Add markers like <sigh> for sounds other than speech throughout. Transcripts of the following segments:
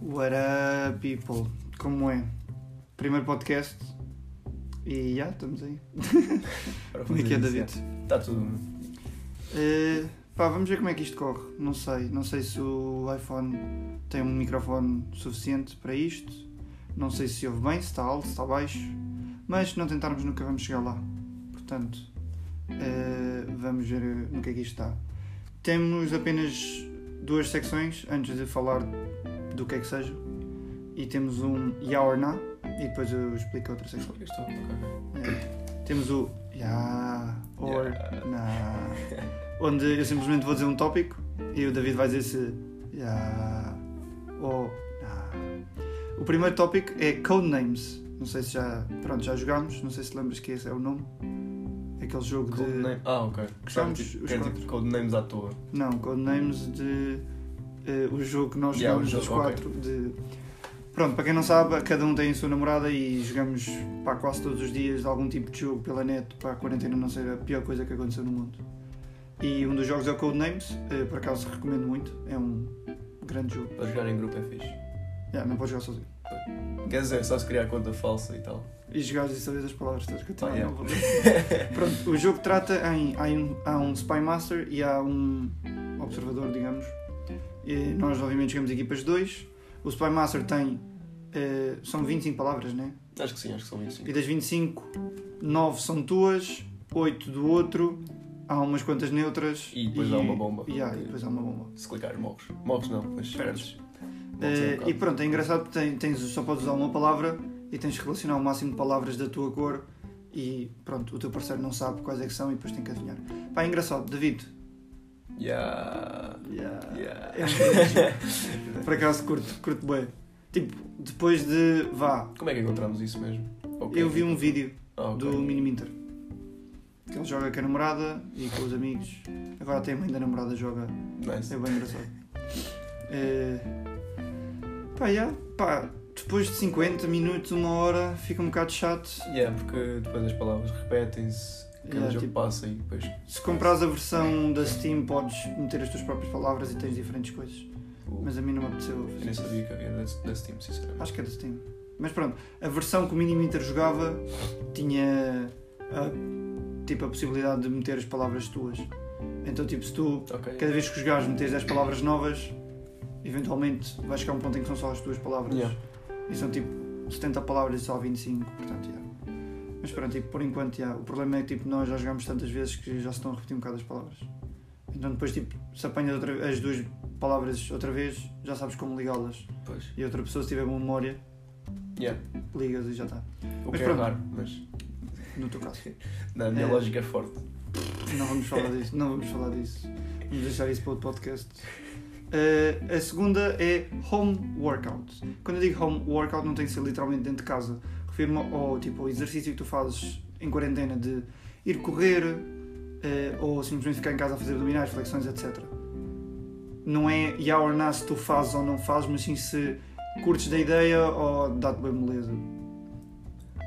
What up, people? Como é? Primeiro podcast e já estamos aí. Para Como é que é, fazer David? isso, é. Está tudo. Eh, pá, vamos ver como é que isto corre. Não sei. Não sei se o iPhone tem um microfone suficiente para isto. Não sei se ouve bem, se está alto, se está baixo. Mas se não tentarmos, nunca vamos chegar lá. Portanto, eh, vamos ver no que é que isto está. Temos apenas duas secções antes de falar do que é que seja. E temos um Ya or Nah. E depois eu explico a outra secção. Eu estou- ok. É. Temos o Ya or Yeah. Na, onde eu simplesmente vou dizer um tópico e o David vai dizer se Ya ou Na. O primeiro tópico é Codenames. Não sei se já, pronto, já jogámos, não sei se lembras que esse é o nome. Aquele jogo de. Codename- Ah, ok. Gostamos, Quer dizer, os quer dizer, quatro. Codenames à toa. Não, Codenames de. eh, o jogo que nós Yeah, o jogamos os jogo, ok. quatro. De... Pronto, para quem não sabe, cada um tem a sua namorada e jogamos pá, quase todos os dias algum tipo de jogo pela net para a quarentena não ser a pior coisa que aconteceu no mundo. E um dos jogos é o Codenames, eh, por acaso recomendo muito, é um grande jogo. Para jogar em grupo é fixe. Yeah, não podes jogar sozinho. Quer dizer, só se criar conta falsa e tal. E jogares e saberes as palavras todas que eu também Ah, yeah. não vou ler. <laughs> Pronto, o jogo trata em. Há um, há um Spy Master e há um observador, digamos. E nós, obviamente, jogamos equipas de dois. O Spy Master tem. eh, são 25 palavras, né? Acho que sim, acho que são E 25. das 25, 9 são tuas, 8 do outro, há umas quantas neutras. E depois há uma bomba. Yeah, e depois há uma bomba. Se clicares, morres. Morres não, mas perdes. Morres é um Eh, bocado. e pronto, é engraçado porque tem- tens, só podes usar uma palavra e tens que relacionar o máximo de palavras da tua cor e pronto, o teu parceiro não sabe quais é que são e depois tem que adivinhar. Pá, é engraçado, David. Yeah. <laughs> Yeah. É um grande jogo. Por acaso curto, curto bem. Tipo, depois de. vá, Como é que encontramos isso mesmo? Ok. eu vi um vídeo Ah, ok. do Mini Minter que ele joga com a namorada e com os amigos. Agora até a mãe da namorada joga Nice. É <laughs> bem engraçado. É... Pá, yeah, pá, depois de 50 minutos, uma hora, fica um bocado chato. Yeah, porque depois as palavras repetem-se, cada Yeah, jogo tipo- passa e depois. Se comprares a versão da Steam, podes meter as tuas próprias palavras e tens diferentes coisas. Mas a mim não me apeteceu Eu fazer nem isso. sabia que havia desse, desse time, sinceramente. Acho que é da Steam. Mas pronto, a versão que o Mini Minter jogava tinha a, tipo, a possibilidade de meter as palavras tuas. Então, tipo, se tu Ok. cada vez que jogares meteres 10 palavras novas, eventualmente vais chegar a um ponto em que são só as tuas palavras. Yeah. E são tipo 70 palavras e só 25, portanto, yeah. Mas pronto, tipo, por enquanto, yeah, o problema é que tipo, nós já jogamos tantas vezes que já se estão a repetir um bocado as palavras. Então depois, tipo, se apanhas outra- as duas palavras outra vez, já sabes como ligá-las. Pois. E outra pessoa, se tiver boa memória, Yeah. ligas e já está. O Mas que é pronto. raro, mas No teu caso. na minha É. lógica é forte. Não vamos <laughs> falar disso, não vamos falar disso. Vamos deixar isso para outro podcast. Eh, a segunda é home workout. Quando eu digo home workout, não tem que ser literalmente dentro de casa. Refiro-me ao, tipo, ao exercício que tu fazes em quarentena de ir correr eh, ou simplesmente ficar em casa a fazer abdominais, flexões, etc. Não é ya or nah se tu fazes ou não fazes, mas sim se curtes da ideia ou dá-te bem moleza.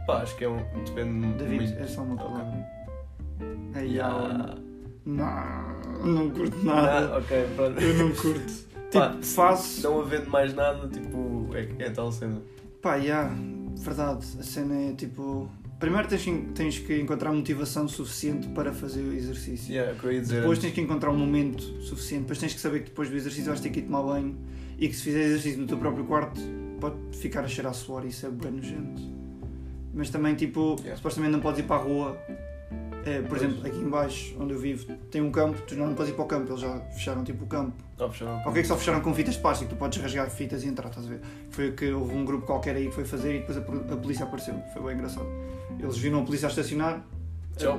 Pá, acho que é um. Depende David, muito. é só uma palavra. É ya Yeah. or nah. Não, não curto nada. Ah, ok, pronto. Eu não curto. <laughs> Pá, Tipo, se faço. Não havendo mais nada, tipo, é, é tal cena. Pá, já. verdade. A cena é tipo. Primeiro tens, que- tens que encontrar motivação suficiente para fazer o exercício. Yeah, é o que eu ia dizer. Depois antes. tens que encontrar um momento suficiente. Depois tens que saber que depois do exercício vais ter que ir tomar banho e que se fizer exercício no teu próprio quarto pode ficar a cheirar suor e isso é bem nojento. Mas também, tipo, Yeah. supostamente não podes ir para a rua. Eh, por Pois. exemplo, aqui embaixo onde eu vivo tem um campo, tu não podes ir para o campo, eles já fecharam tipo o campo. Ah, fechou. Ok, que só fecharam com fitas de plástico, tu podes rasgar fitas e entrar, estás a ver? Foi o que houve um grupo qualquer aí que foi fazer e depois a, pol- a polícia apareceu. Foi bem engraçado. Eles viram a polícia a estacionar Tchau.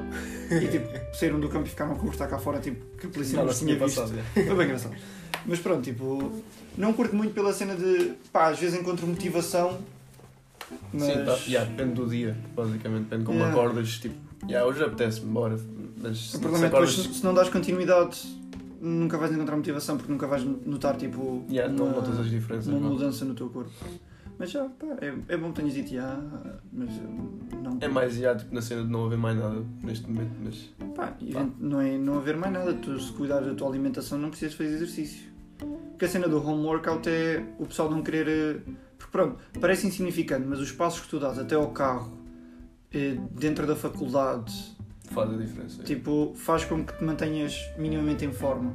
e tipo, saíram do campo e ficaram a conversar cá fora, tipo, que a polícia não Nada os tinha visto. passado, yeah. Foi bem engraçado. Mas pronto, tipo, não curto muito pela cena de pá, às vezes encontro motivação, mas. Sim, tá. Yeah, depende do dia, basicamente. Depende como Yeah. acordas. Tipo, yeah, hoje apetece-me, bora. Mas se, O se problema é que depois, acordas. se se não dás continuidade, nunca vais encontrar motivação porque nunca vais notar, tipo. Yeah, não uma- notas as diferenças. uma vá. mudança no teu corpo. Mas já, pá, é, é bom que tenhas dito já, mas eh, não. É mais, yeah, tipo, na cena de não haver mais nada neste momento, mas. Pá, event- Não é não haver mais nada. Tu, se cuidares da tua alimentação, não precisas fazer exercício. Porque a cena do home workout é o pessoal não querer. eh, Porque pronto, parece insignificante, mas os passos que tu dás até ao carro, eh, dentro da faculdade, Faz a diferença. Tipo, faz com que te mantenhas minimamente em forma.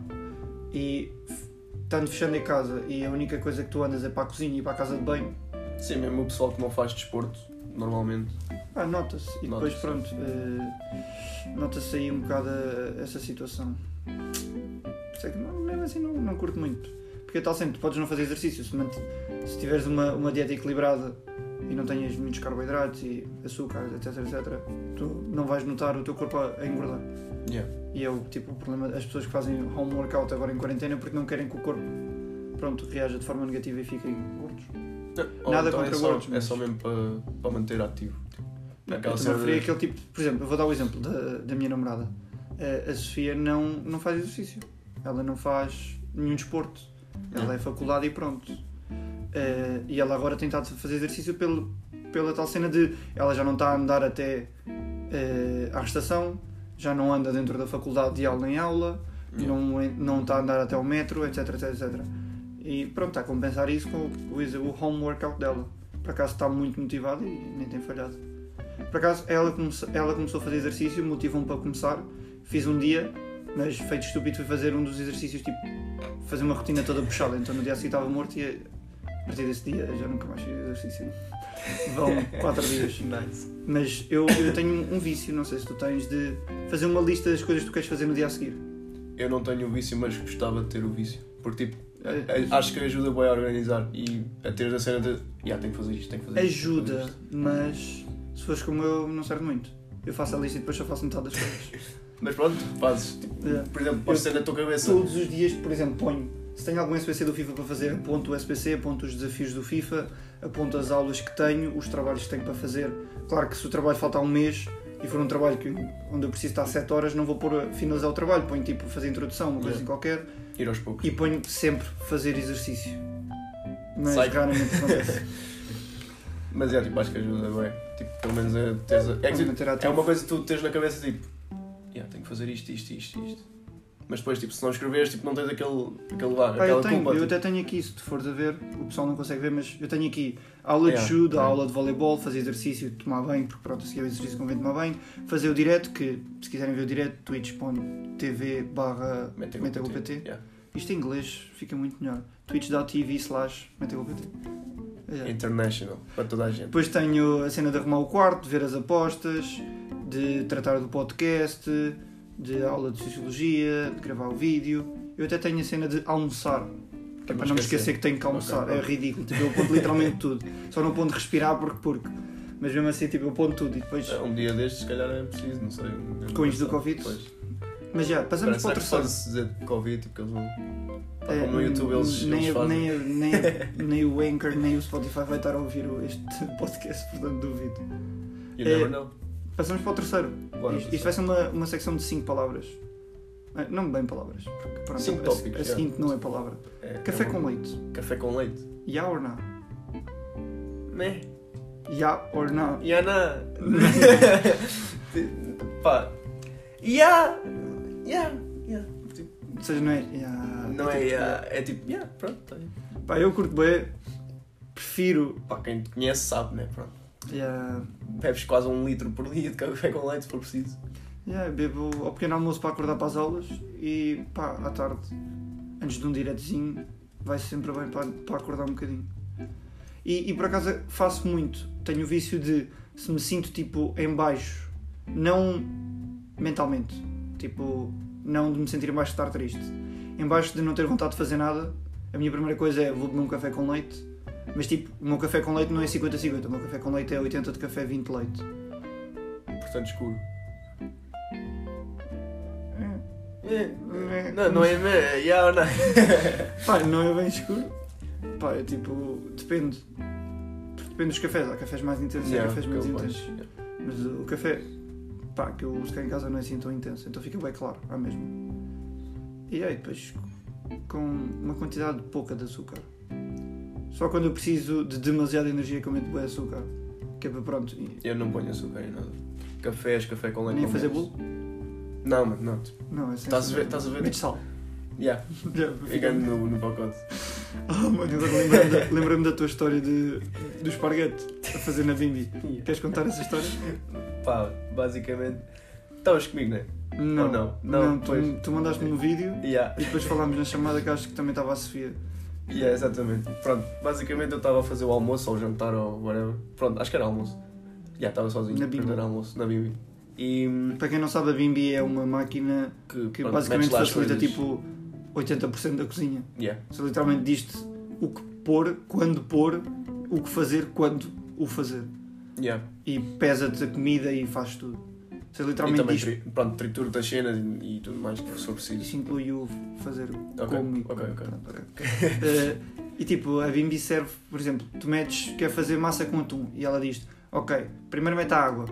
E f- estando fechando em casa e a única coisa que tu andas é para a cozinha e para a casa de banho, Tipo, Sim, mesmo o pessoal que não faz desporto, normalmente. ah, nota-se. E depois, Nota-se. pronto, eh, nota-se aí um bocado eh, essa situação. Por isso é que não, mesmo assim não, não curto muito. Porque é tal sempre, tu podes não fazer exercício. Se, mant- se tiveres uma, uma dieta equilibrada e não tenhas muitos carboidratos e açúcar, etc, etc, tu não vais notar o teu corpo a- a engordar. Yeah. E é o tipo o problema das pessoas que fazem home workout agora em quarentena porque não querem que o corpo pronto, reaja de forma negativa e fiquem gordos. Ou Nada então contra é só, gordos, mas- É só mesmo para, para manter ativo. Eu Aquela também cena referia de- aquele tipo, por exemplo, eu vou dar o exemplo da, da minha namorada. Eh, A Sofia não, não faz exercício. Ela não faz nenhum desporto. Ela é faculdade e pronto. Eh, e ela agora tem estado a fazer exercício pelo, pela tal cena de ela já não está a andar até eh, à estação, já não anda dentro da faculdade de aula em aula, Yeah. não, é- não está a andar até ao metro, etc, etc, etc. E pronto, está a compensar isso com o, o home workout dela. Por acaso está muito motivada e nem tem falhado. Por acaso ela, comece- ela começou a fazer exercício, motivou-me para começar. Fiz um dia, mas feito estúpido foi fazer um dos exercícios, tipo, fazer uma rotina toda puxada. Então no dia seguinte estava morto e a partir desse dia já nunca mais fiz exercício. Vão quatro dias. Nice. Mas eu, eu tenho um vício, não sei se tu tens, de fazer uma lista das coisas que tu queres fazer no dia a seguir. Eu não tenho o vício, mas gostava de ter o vício. Porque, tipo, É, a- a- acho que ajuda bem a organizar e a ter a cena de. Yeah, tenho que fazer isto, tenho que fazer isto. tenho que fazer Ajuda, mas se fores como eu, não serve muito. Eu faço a lista e depois só faço metade das <laughs> coisas. isto. Mas pronto, fazes. Tipo, É. Por exemplo, pode ser na tua cabeça. Todos os dias, por exemplo, ponho. Se tenho algum SPC do FIFA para fazer, aponto o SPC, aponto os desafios do FIFA, aponto as aulas que tenho, os trabalhos que tenho para fazer. Claro que se o trabalho faltar um mês e for um trabalho que, onde eu preciso estar 7 horas, não vou pôr a finalizar o trabalho. Ponho tipo fazer introdução, uma coisa Yeah. assim qualquer, Ir aos poucos. e ponho sempre fazer exercício. Mas Sai. <laughs> raramente acontece. Mas é, tipo, acho que ajuda bem. Tipo, pelo menos a teres a... É, que, tipo, Manter ativo. é uma coisa que tu tens na cabeça, tipo, yeah, tenho que fazer isto, isto, isto, isto. Mas depois, tipo, se não escreveres, tipo, não tens aquele, aquele lar, Pá, aquela Ah, eu, tenho, culpa. eu tipo. até tenho aqui, se tu fores a ver, o pessoal não consegue ver, mas eu tenho aqui aula de Yeah, judo, yeah. aula de voleibol, fazer exercício, tomar banho, porque pronto, se é o exercício convém tomar banho, fazer o direto, que se quiserem ver o direto, twitch.tv barra Mete a Mete a culpa culpa em ti. em ti. Yeah. isto em inglês fica muito melhor. twitch.tv slash meteopt. Yeah. International, para toda a gente. Depois tenho a cena de arrumar o quarto, de ver as apostas, de tratar do podcast, de aula de sociologia, de gravar o vídeo. Eu até tenho a cena de almoçar. Que é para não me esquecer que tenho que almoçar, Ok, é ok. ridículo. Tipo, eu aponto literalmente tudo. Só não ponto respirar porque porque. Mas mesmo assim, tipo, eu aponto tudo e depois. Um dia destes, se calhar, é preciso, não sei. um- Com isto do um- Covid? Pois. Mas já, passamos Parece para o que terceiro. se dizer de Covid, tipo, que eles vão... Pá, É, como no YouTube eles, nem, eles a- fazem... nem, a- nem, a- <laughs> nem o Anchor, nem o Spotify vai estar a ouvir o- este <laughs> podcast, portanto duvido. You never é, know. Passamos para o terceiro. Bora, isto, isto vai ser uma, uma secção de 5 palavras. Ah, Não bem palavras, porque pronto, Cinco a, tópicos, a já. seguinte não é palavra. É, Café é com um- leite. Café com leite. Ya or na? Né? Ya or na? <laughs> Yana! <laughs> Pá. Ya! Ya! Ya! Tipo, Ou seja, não é ya. Não é tipo, ya, é tipo, ya, pronto. tá aí. Pá, eu curto bem, prefiro Pá, quem te conhece sabe, né? Pronto. Yeah. Bebes quase um litro por dia de café com leite se for preciso. Yeah, eu bebo ao pequeno almoço para acordar para as aulas e pá, à tarde, antes de um diretozinho, vai sempre bem para, para acordar um bocadinho. E, e por acaso faço muito, tenho o vício de se me sinto tipo em baixo, não mentalmente, tipo, não de me sentir em baixo de estar triste, em baixo de não ter vontade de fazer nada, a minha primeira coisa é vou beber um café com leite, mas tipo, o meu café com leite não é 50-50, o meu café com leite é 80 de café, 20 de leite. Portanto, escuro. Né. Não, não é. né, é Ya ou não? Pá, não é bem escuro. Pá, é tipo. Depende. Depende dos cafés. Há cafés mais intensos e há Ya, cafés menos aquele intensos. mais, ya. Mas o café. Pá, que eu uso cá em casa não é assim tão intenso. Então fica bem claro, à mesma. E aí, depois. Com uma quantidade pouca de açúcar. Só quando eu preciso de demasiada energia que eu meto bem açúcar. Que é para pronto. e- Eu não ponho açúcar em nada. Cafés, café com leite. Nem não fazer bebes. bolo? Não, mano, não. tipo, Não, é sem Estás a açúcar. ver, <laughs> estás a ver? tipo, Metes sal. Yeah, Já, ficando no, no pacote. <laughs> Ah, mano, agora lembrei-me lembrei da tua história de, do esparguete a fazer na Bimbi. Queres contar essa história? Pá, basicamente. Estavas comigo, né? Não, Ou não? Não, Não, tu, pois. tu mandaste-me um vídeo Yeah. e depois falámos na chamada que acho que também estava a Sofia. Yeah, exatamente. Pronto, basicamente eu estava a fazer o almoço ou o jantar ou whatever. Pronto, acho que era almoço. Já estava sozinho. Na Bimbo. portanto, era almoço, na Bimbi. E hum, Para quem não sabe, a Bimbi é uma máquina que pronto, basicamente metes lá as facilita coisas. tipo 80% da cozinha. Yeah, Você literalmente diz-te o que pôr, quando pôr, o que fazer, quando o fazer. yeah. E pesa-te a comida e faz tudo. Você E literalmente também, diz. tri, pronto, trituro das cenas e, e tudo mais que for preciso. Isso inclui o fazer Uhum. Ok, como e ok, como. ok. Pronto, ok. Eh, e tipo, a Bimbi serve, por exemplo, tu metes, quer fazer massa com atum e ela diz ok, primeiro mete a água,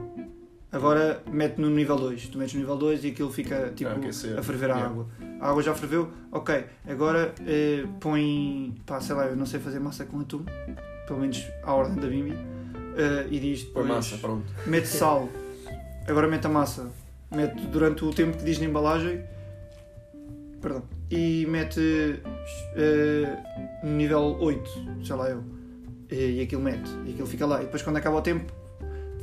agora mete no nível 2. Tu metes no nível 2 e aquilo fica tipo Ah, aquecer. a ferver a Yeah. água. A água já ferveu, ok, agora eh, põe, pá, sei lá, eu não sei fazer massa com atum, pelo menos à ordem da Bimbi, eh, e diz Põe depois massa, pronto. mete sal, agora mete a massa, mete durante o tempo que diz na embalagem, perdão, e mete eh, no nível 8, sei lá eu, e aquilo mete, e aquilo fica lá, e depois quando acaba o tempo,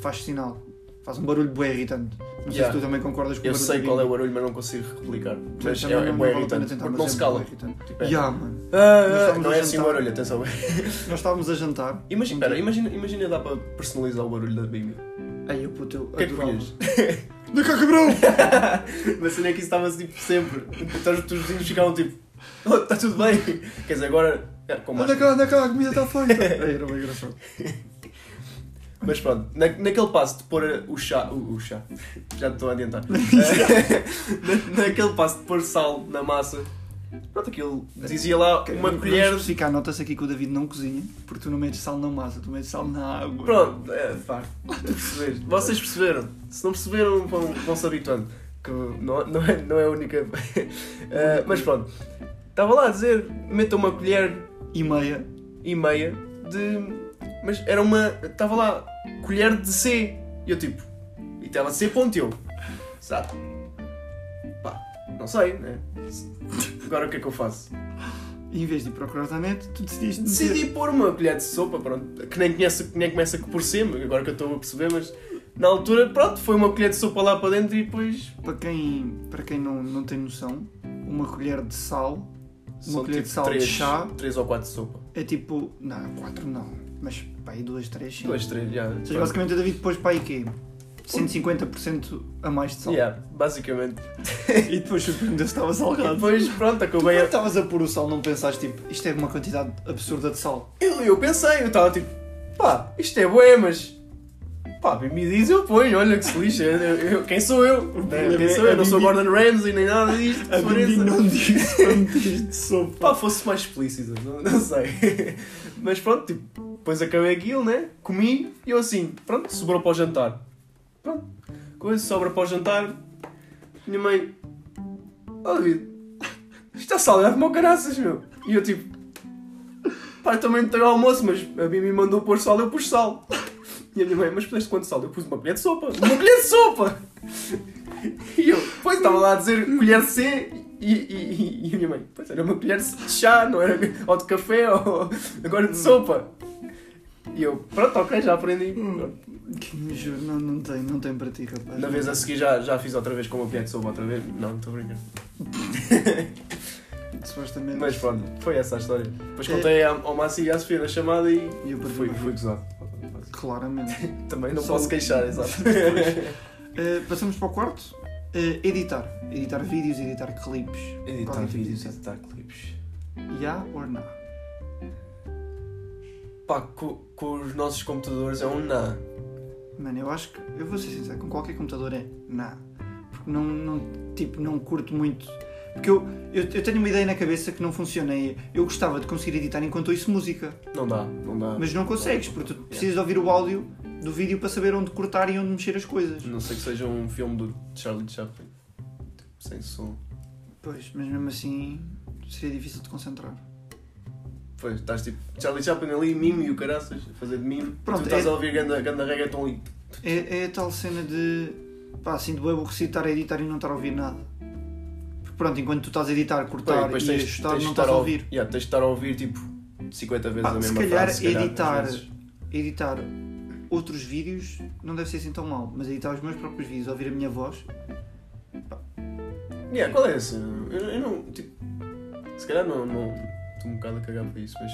faz sinal, faz um barulho bué irritante, não sei Yeah. se tu também concordas com Eu o barulho sei da qual é o Bimbi. barulho, mas não consigo replicar. Também Mas é, não- é não bué vale a pena irritante, tentar, porque mas não é se bué cala. irritante. Tipo, é- Yeah, mano. Nós Ah, não é estávamos assim a o jantar. barulho, <laughs> atenção. Nós estávamos a jantar. Imagina, Um espera, dia- imagina, imagina dá para personalizar o barulho da Bimbi. Aí eu puto, eu O que é que adorava. punhas? Vem cá, cabrão! <laughs> Mas a cena é que isso estava-se tipo sempre. Então os teus vizinhos ficavam tipo, oh, está tudo bem. Quer dizer, agora. é, com Anda máscara. cá, anda cá, a comida está <laughs> feita! Aí era bem engraçado. Mas pronto, na- naquele passo de pôr a- o chá. O, o chá. Já te estou <laughs> a adiantar. Eh, na- naquele passo de pôr sal na massa. Pronto, aquilo dizia lá Ok, uma vamos colher. especificar, nota-se aqui que o David não cozinha, porque tu não metes sal na massa, tu metes sal na água. Pronto, é, pá, tu percebeste. Vocês perceberam. Se não perceberam, vão, vão se habituando. Que não, não, é, não é a única. <laughs> Eh, mas pronto, estava lá a dizer: meta uma colher E meia. e meia de. Mas era uma. Estava lá, colher de C. E eu tipo. E estava C ponto eu. Sabe? Pá, não sei, né? Agora o que é que eu faço? E em vez de ir procurar na net, tu decidiste meter. Decidi pôr uma colher de sopa, pronto. Que nem, conhece, que nem começa por C, mas agora que eu estou a perceber, mas. Na altura, pronto, foi uma colher de sopa lá para dentro e depois. Para quem, para quem não, não tem noção, uma colher de sal são, colher de sal de tipo três, chá. Três ou quatro de sopa. é tipo. Não, quatro não. Mas pá, aí duas, três, sim. Duas, três, já. Ou seja, pronto. basicamente o David pôs para aí quê? 150% a mais de sal. Yeah, basicamente. <laughs> E depois surpreendeu-se que estava E salgado. depois, pronto, Tu quando acabei a, estavas a pôr o sal, não pensaste tipo, isto é uma quantidade absurda de sal. Eu, eu pensei, eu estava tipo, pá, isto é bué, mas. Pá, me diz, eu ponho, olha que se lixa, eu- eu- quem sou eu? Né? Quem sou eu? Não sou Gordon Ramsay nem nada disto, A Bimbi pareça. não disse quando <laughs> diz de sopa. Pá, fosse mais explícito, não, não sei. <laughs> mas pronto, tipo, depois acabei aquilo, né? Comi e eu assim, pronto, sobrou para o jantar. Pronto, coisa sobra para o jantar, minha mãe, ó David, isto está salgado como caraças, meu. E eu tipo, pá, eu também não tenho almoço, mas a Bibi mandou pôr sal, eu pus sal. E a minha mãe, mas puseste quanto sal? Eu pus uma colher de sopa. Uma colher de sopa! E eu, pois, estava lá a dizer colher de C e, e- e- e a minha mãe, pois, era uma colher de chá, não era? Ou de café, ou agora de sopa. E eu, pronto, ok, já aprendi. Pronto. Que nojo, não, não tem, não tem para ti, rapaz. Na vez a seguir já, já fiz outra vez com uma colher de sopa, outra vez. Não, estou brincando. Supostamente. Mas pronto, foi essa a história. Depois contei ao, ao Massi e à Sofia na chamada e E eu perdi fui, o fui gozado. <laughs> Claramente. Também não Só- posso queixar, exato. Eh, passamos para o quarto. Eh, editar. Editar vídeos, editar clipes. Qualquer tipo de edição. editar clipes. Yeah or não? Pá, co- com, os nossos computadores é um na. Mano, eu acho que. Eu vou ser sincero, com qualquer computador é não. Porque não, não, tipo, não curto muito. Porque eu, eu, eu tenho uma ideia na cabeça que não funciona. e Eu gostava de conseguir editar enquanto ouço música. Não dá, não dá. Mas não consegues, porque tu precisas de ouvir o áudio do vídeo para saber onde cortar e onde mexer as coisas. Não sei que seja um filme do Charlie Chaplin. Tipo, Sem som. Pois, mas mesmo assim seria difícil de concentrar. Pois, estás tipo Charlie Chaplin ali, mimo e o caraças, a fazer de mimo. Pronto, tu estás é- a ouvir ganda, ganda reggaeton ali. É, é a tal cena de pá, assim de bebo estar a editar e não estar a ouvir nada. Porque pronto, enquanto tu estás a editar, Pá, e cortar e, ajustar, de não estás a ao- ouvir. Yeah, tens de estar a ouvir tipo 50 vezes Pá, a mesma se calhar frase. se calhar, às editar- vezes. Editar outros vídeos não deve ser assim tão mal, mas editar os meus próprios vídeos, ouvir a minha voz, Yeah, qual é essa? Eu, eu não. Tipo, se calhar não. não- Estou um bocado a cagar para isso, mas.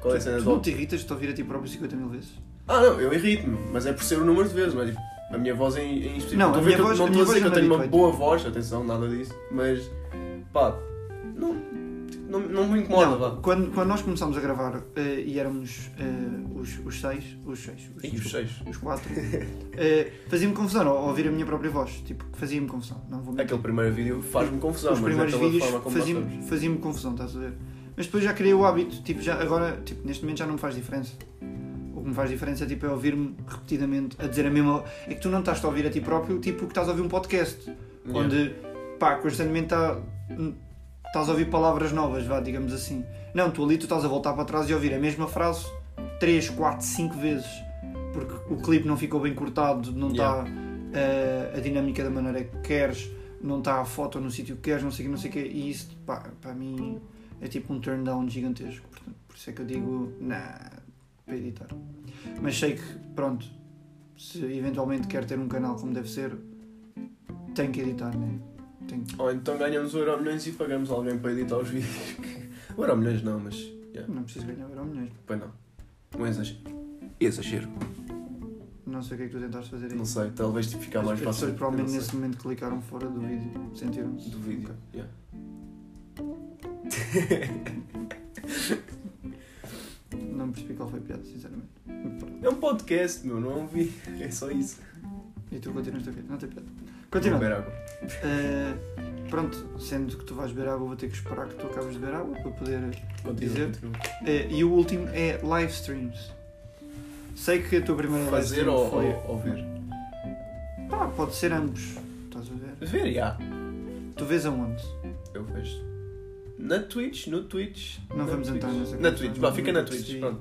Qual é a tu, cena tu do- não te irritas de te ouvir a ti próprio 50 mil vezes? Ah, não, eu irrito-me, mas é por ser o número de vezes, mas tipo, a minha voz em, em específico. Não, a Estou ver minha que eu- voz- não a minha estou a dizer voz que eu eu tenho não é uma irrito. boa voz, atenção, nada disso, mas pá, não, não, não me incomoda, Não, vá. quando, quando nós começámos a gravar eh, e éramos eh, os, os seis, os seis, os, E os desculpa, seis. os quatro, <laughs> eh, fazia-me confusão ao ouvir a minha própria voz, tipo, fazia-me confusão, não vou mentir. Aquele primeiro vídeo faz-me confusão, os mas primeiros daquela vídeos forma como nós estamos. faziam-me faziam confusão, estás a ver? Mas depois já criei o hábito, tipo, já, agora, tipo, neste momento já não me faz diferença. O que me faz diferença tipo, é ouvir-me repetidamente a dizer a mesma. É que tu não estás a ouvir a ti próprio, tipo que estás a ouvir um podcast, Yeah. onde pá, constantemente tá- estás a ouvir palavras novas, vá, digamos assim. Não, tu ali tu estás a voltar para trás e ouvir a mesma frase 3, 4, 5 vezes, porque o clipe não ficou bem cortado, não está eh, a dinâmica da maneira que queres, não está a foto no sítio que queres, não sei o que, não sei o que, e isso pá, para mim é tipo um turn down gigantesco, portanto, por isso é que eu digo, nah, para editar. Mas sei que, pronto, se eventualmente quer ter um canal como deve ser, tem que editar, né? Tem que... Ou então ganhamos o Euro Milhões e pagamos alguém para editar os vídeos. <laughs> o Euro Milhões não, mas. Yeah, Não preciso ganhar euro milhões. pois não. Um exagero. Exagero. Não sei o que é que tu tentaste fazer aí. Não sei, talvez tipo, ficar mais As pessoas fácil. eu provavelmente não nesse sei. momento clicaram fora do vídeo. Sentiram-se. Do vídeo. Yeah. Não percebi qual foi a piada, sinceramente. Pronto. É um podcast, meu, não ouvi. <laughs> É só isso. E tu continuas a ver? Não tem piada. Vou Continuando. beber água. Eh, pronto, sendo que tu vais beber água, vou ter que esperar que tu acabes de beber água para poder. Continua, Dizer? continua. Eh, e o último é live streams. Sei que a tua primeira live Fazer stream ou, é? foi. ou, ou ver? Pá, pode ser ambos. Estás a ver? Ver, já. Tu vês aonde? Eu vejo. Na Twitch, no Twitch. Não na vamos Twitch. entrar nessa Na conversa, Twitch, não vá, fica na me Twitch, apercebi. pronto.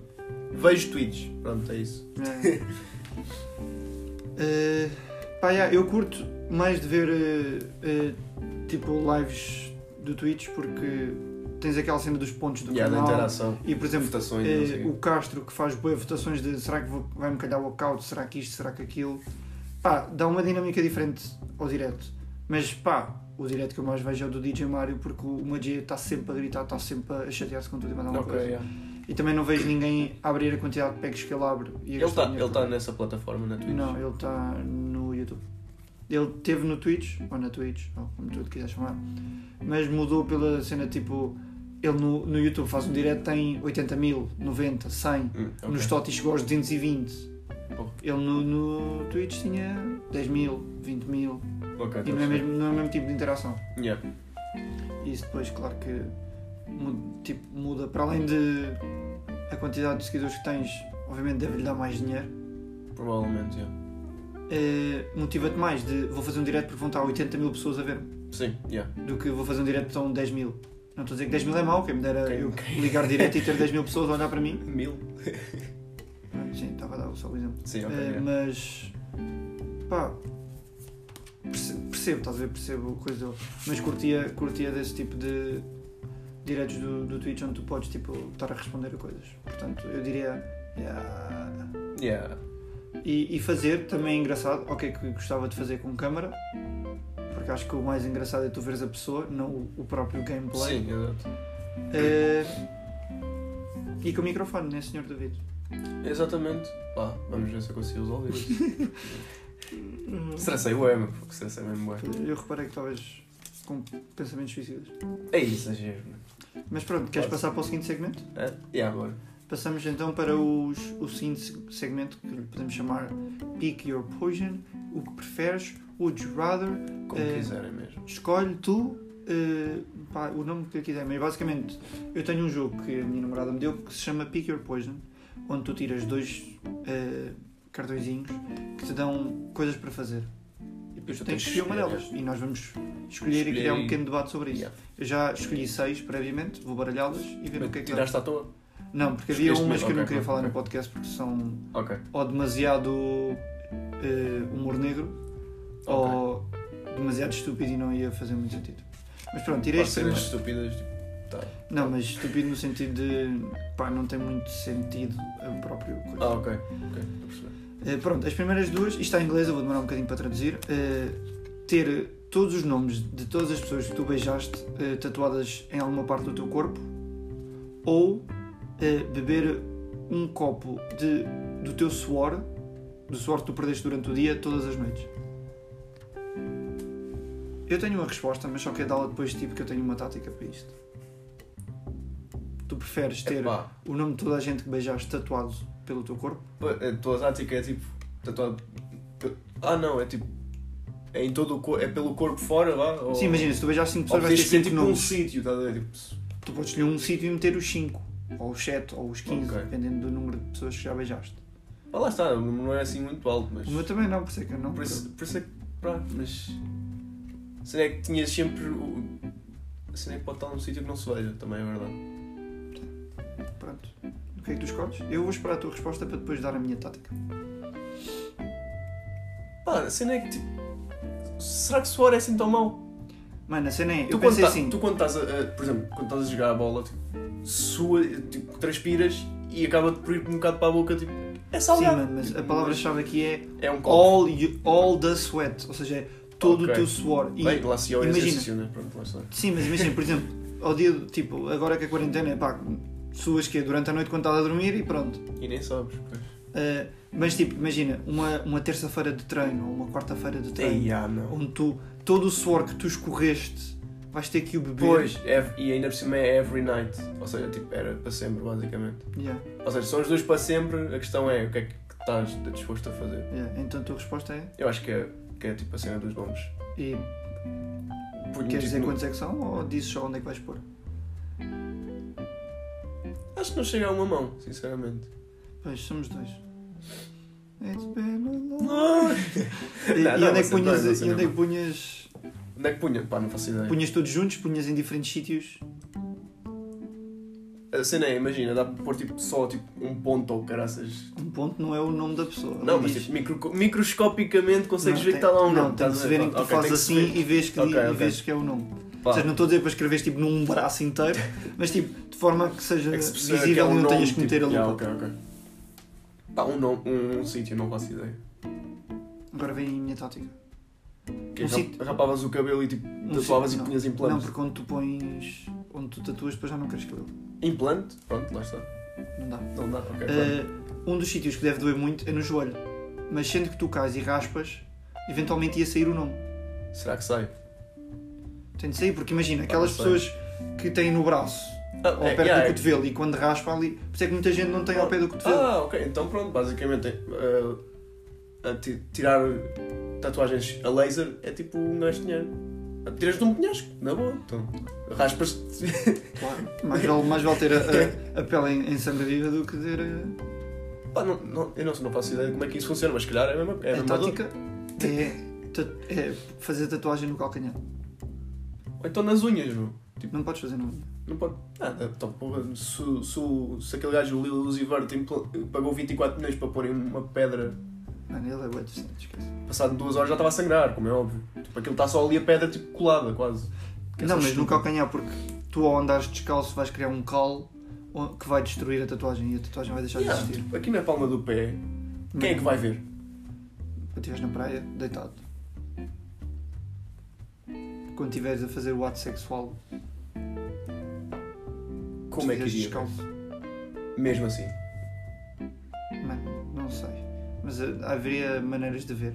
Vejo Twitch, pronto, é isso. É. <laughs> Eh, pá, yeah, eu curto mais de ver eh, eh, tipo lives do Twitch porque tens aquela cena dos pontos do Yeah, da canal interação. e por exemplo Votações, eh, não sei o o Castro que faz boas votações de será que vou- vai-me calhar o walkout, será que isto, será que aquilo pá, dá uma dinâmica diferente ao direto, mas pá o direto que eu mais vejo é o do DJ Mario porque o Magia está sempre a gritar, está sempre a chatear-se com tudo e mandar quê. uma Ok, coisa yeah. e também não vejo ninguém abrir a quantidade de packs que ele abre e a Ele gastar está dinheiro ele tá todo. nessa plataforma na Twitch. Não, ele está no YouTube. Ele teve no Twitch, ou na Twitch, ou como tu te quiseres chamar, mas mudou pela cena tipo. Ele no, no YouTube faz um direto, tem 80 mil, 90, 100. Hum, ok. Nos Totis chegou aos 220. Porra. Ele no, no Twitch tinha 10 mil, 20 mil. Ok, E tá não é, certo. mesmo, não é o mesmo tipo de interação. Yeah. E isso depois, claro que mu- tipo, muda. Para além de a quantidade de seguidores que tens, obviamente deve-lhe dar mais dinheiro. Provavelmente, yeah. Uh, motiva-te mais de vou fazer um direto porque vão estar 80 mil pessoas a ver Sim, yeah. do que vou fazer um direto que estão 10 mil. Não estou a dizer que 10 mil é mau, quem me dera Quem- eu quem- ligar direto e ter 10 mil pessoas a olhar para mim. Mil? Sim, estava a dar só o exemplo. Sim, Uh, É, ok. yeah. mas pá, perce- percebo, estás a ver, percebo a coisa dele. Mas curtia, curtia desse tipo de diretos do, do Twitch onde tu podes tipo, estar a responder a coisas. Portanto, eu diria. "Yeah." Yeah. E, e fazer também é engraçado, ok, que gostava de fazer com câmara, porque acho que o mais engraçado é tu veres a pessoa, não o, o próprio gameplay. Sim, exato. Eh, e com o microfone, né, senhor David? Exatamente. Pá, vamos ver se eu consigo resolver <laughs> isso. Hum. Estressei o meu, porque estressei mesmo bué. Eu reparei que estavas com pensamentos suicidas. É isso, exagero, mano. Mas pronto, queres Quase. passar para o seguinte segmento? É? E agora? Passamos então para os, o seguinte se- segmento que podemos chamar Pick Your Poison, o que preferes, Would You Rather, Como Eh, quiserem mesmo. escolhe tu eh, pá, o nome que quiser, mas basicamente eu tenho um jogo que a minha namorada me deu que se chama Pick Your Poison, onde tu tiras dois eh, cartõezinhos que te dão coisas para fazer. E depois tu tu tens Então tens que que escolher uma escolher, delas. E nós vamos escolher e criar Escolher um e- pequeno debate sobre isso. Yeah. Eu já escolhi seis previamente, vou baralhá-las e ver o que é que dá. Tiraste à toa? Não, porque havia Escolheste umas mesmo, que eu não ok, queria ok, falar no ok. podcast porque são Ok. ou demasiado eh, humor negro ou demasiado estúpido e não ia fazer muito sentido. Mas pronto, tirei Pá, este cenas primeiro. estúpidas, tipo, tá. Não, mas estúpido no sentido de. pá, não tem muito sentido a própria coisa. Ah, ok, ok, estou a perceber. Eh, pronto, as primeiras duas, isto está em inglês, eu vou demorar um bocadinho para traduzir. eh, ter todos os nomes de todas as pessoas que tu beijaste eh, tatuadas em alguma parte do teu corpo ou eh, beber um copo de, do teu suor, do suor que tu perdeste durante o dia, todas as noites. Eu tenho uma resposta, mas só quero dá-la depois, tipo, que eu tenho uma tática para isto. Tu preferes ter Epá, o nome de toda a gente que beijaste tatuado pelo teu corpo? pô, a tua tática é tipo, tatuado... Ah, não, é tipo, é em todo o corpo, é pelo corpo fora, vá? Ou... Sim, imagina, se tu beijar 5 Ou pessoas, vais tens ter 5 que ser tipo num é nomes. sítio, estás a ver? Tipo, Tu podes escolher um sítio e meter os 5, ou os 7, ou os 15, Ok. dependendo do número de pessoas que já beijaste. ah, lá está, não é assim muito alto, mas... O meu também não, por isso é que eu não. Por isso, por isso é que. Pá, mas. Será que tinhas sempre. O... A cena é que pode estar num sítio que não se veja, também é verdade. Pronto. O que é que tu escolhes? Eu vou esperar a tua resposta para depois dar a minha tática. Pá, a cena é que tipo. Será que suor é assim tão mau? Mano, a cena é. tu, eu quando pensei tá- assim. tu quando estás a, a- Por exemplo, quando estás a jogar a bola, tipo, sua, tipo, transpiras e acaba de por ir um bocado para a boca, tipo. É Sim, salgado. mano, mas a palavra-chave aqui é É um copo. all, you- all the sweat, ou seja, é todo Ok. o teu suor. E- Bem, lá se é o imagina. exercício, né? Pronto, lá está. Sim, mas imagina, por exemplo, ao dia do tipo, agora que a quarentena é pá, suas que é durante a noite quando estás a dormir e pronto. E nem sabes, pois. Uh, mas tipo, imagina, uma, uma terça-feira de treino ou uma quarta-feira de treino Ei, ah, não. onde tu, todo o suor que tu escorreste vais ter que o beber. Pois, é- e ainda por cima é every night. Ou seja, tipo, era para sempre, basicamente. Yeah, Ou seja, são os dois para sempre, a questão é o que é que estás disposto a fazer. yeah. Então a tua resposta é. Eu acho que é, que é tipo a cena dos nomes. E Porque, queres dizer tipo, quantos é que são ou dizes só onde é que vais pôr? Acho que não chega a uma mão, sinceramente. Pois, somos dois. É, It's been a long- E, Não, e não, onde é que você não, punhas, você e não. onde é que punhas, Onde é que punha? Pá, não faço ideia. punhas todos juntos, punhas em diferentes sítios? A cena é, imagina, dá para pôr tipo, só tipo, um ponto ou caraças. Um ponto não é o nome da pessoa. Ela Não, mas diz- tipo, micro- microscopicamente consegues Não, ver tem- que está lá um Não, nome. tem de estás a se ver em que tu Ok, fazes tem que se assim e vês que, Ok, di- e ok. vês que é o nome. ver. Ou Pá, seja, não estou a dizer para escreveres tipo num braço inteiro, <laughs> mas tipo, de forma que seja é que se percebe que visível é um e não nome, tenhas que meter tipo, a lupa. yeah, ok, ok. Pá, um, nome, um, um sítio, não faço ideia. Agora vem a minha tática. Que Um é, sítio- rap- rapavas o cabelo e tipo, Um tatuavas sítio- e punhas Não, implantes. porque onde tu pões. onde tu tatuas depois já não queres cabelo. Implante? Pronto, lá está. Não dá. Não dá, ok. pronto. Eh, um dos sítios que deve doer muito é no joelho. Mas sendo que tu cais e raspas, eventualmente ia sair o nome. Será que sai? Ah, Tem de sair, porque imagina, aquelas Ah, não sei. pessoas que têm no braço Ah, ou é, perto yeah, do é. cotovelo e quando raspa ali. Por isso é que muita gente não tem ao pé do cotovelo. Ah, ok. Então pronto, basicamente eh, a ti- tirar eh, tatuagens a laser é tipo um gajo de dinheiro. Ah, Tiras-te um penhasco, na boa. Então, raspas-te. <laughs> Claro. Mais vale, mais vale ter a, a- a pele em, em sangue viva do que ter a, Pá, não, não- eu não, não faço ideia de como é que isso funciona, mas se calhar é a mesma, é a a mesma dor. tática. É, ta- é fazer tatuagem no calcanhar. Ou então nas unhas, meu. Tipo, Não podes fazer no olho. não pode. Ah, então, porra, se, se, se aquele gajo Lil Uzi Vert impl- pagou 24 milhões para pôr em uma pedra, Mano, ele é bué deficiente, esquece. passado duas horas já estava a sangrar, como é óbvio. Tipo, aquilo está só ali a pedra, tipo, colada quase. Que é não, só mas no estúpido. calcanhar, porque tu ao andares descalço vais criar um calo o- que vai destruir a tatuagem e a tatuagem vai deixar Yeah, de existir. tipo, aqui na palma do pé, quem é que vai ver? Quando estiveres na praia, deitado. Quando estiveres a fazer o ato sexual, Como é que estiveres iria? ver? descalço. Mesmo assim. Mano, não sei. Mas eh, haveria maneiras de ver.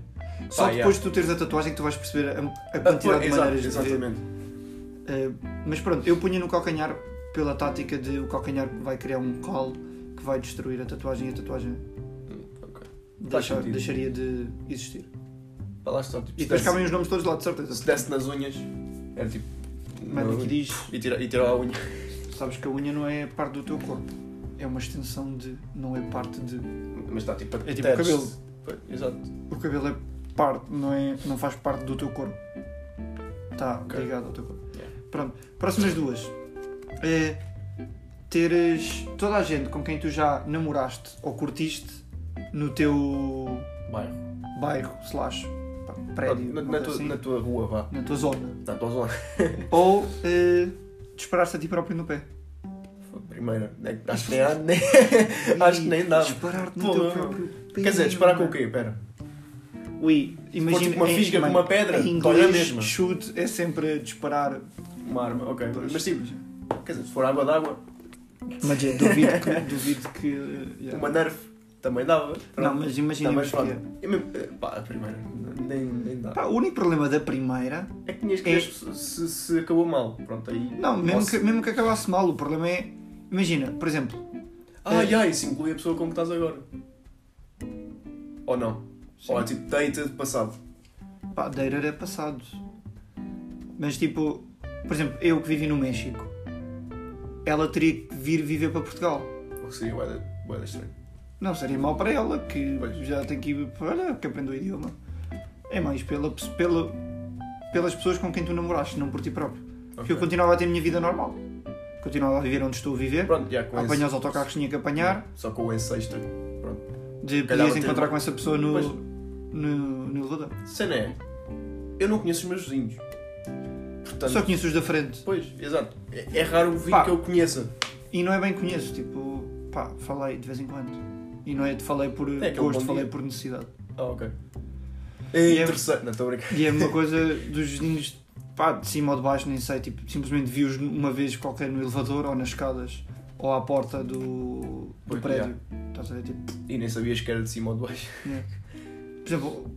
Só Pá, yeah. depois de tu teres a tatuagem é que tu vais perceber a, a Ah, quantidade pois, de exato, maneiras de ver. exatamente. Uh, mas pronto, eu punha no calcanhar pela tática de o calcanhar vai criar um calo que vai destruir a tatuagem e a tatuagem Hum, ok. Faz deixa- sentido. deixaria de existir. Pá, lá está, tipo, E se depois desse, cabem os nomes todos lá, de se certeza. desse nas unhas, era tipo. Mano, uma aqui unha. diz, E tirar e tirar a unha. sabes que a unha não é parte do teu corpo. É uma extensão de, não é parte de. Mas está tipo a É tipo teres- cabelo. Pois, Exato. O cabelo é parte, não, é, não faz parte do teu corpo. Está Ok. ligado ao teu corpo. Yeah. Pronto, próximas duas. É, teres toda a gente com quem tu já namoraste ou curtiste no teu Bairro. bairro, slash, pá, prédio. uma na, na coisa tua, assim, na tua rua, vá. na tua zona. Na tua zona. Ou eh, disparaste a ti próprio no pé. Primeira. né? Acho <laughs> que nem há- nem- <laughs> Acho que nem dá. Disparar-te no Pô, teu não. próprio pé. Quer dizer, disparar com o quê? Pera. Ui, for imagina. tipo uma em- fisga com mano, uma pedra, Em dói inglês, na mesma. chute é sempre disparar. Uma arma, ok. Pois. Mas tipo, quer dizer, se for água d'água, Mas é, duvido que. <laughs> duvido que eh, yeah. uma nerf também dava. Não, Pronto. mas Tá, imaginemos mas que pronto. é. Eu mesmo- eh, Pá, a primeira. Nem, nem dá. Pá, o único problema da primeira. É que tinhas que É. ver se, se- se acabou mal. Pronto, aí. Não, mesmo posso- que, mesmo que acabasse mal, o problema é. Imagina, por exemplo. Ah, É. já, isso inclui a pessoa com que estás agora. Ou não? Ou é tipo, deita de passado. Pá, Deira era passado. Mas tipo, por exemplo, eu que vivi no México, ela teria que vir viver para Portugal. O que seria boeda estranho. Não seria mal para ela, que Pois. já tem que ir para que aprendeu o idioma. É mais pela, pela, pelas pessoas com quem tu namoraste, não por ti próprio. Porque eu Ok. continuava a ter a minha vida normal. Continuava a viver onde estou a viver. Pronto, já com Apanhar esse. os autocarros que tinha que apanhar. Só com esse extra. De Calhava podias ter- encontrar com essa pessoa no, Pois. no, no elevador. Cena é. Eu não conheço os meus vizinhos. Portanto. Só conheço os da frente. Pois, exato. É, é raro o vizinho Pá. que eu conheça. E não é bem conheço, tipo, pá, falei de vez em quando. E não é de falei por É aquele gosto, bom falei dia. por necessidade. Ah, ok. E É é- interessante. Não, estou a brincar. E é uma coisa dos vizinhos, pá, de cima ou de baixo, nem sei, tipo, simplesmente vi-os uma vez qualquer no elevador ou nas escadas ou à porta do, do Pois, prédio. Estás a ver, tipo, E nem sabias que era de cima ou de baixo. por exemplo,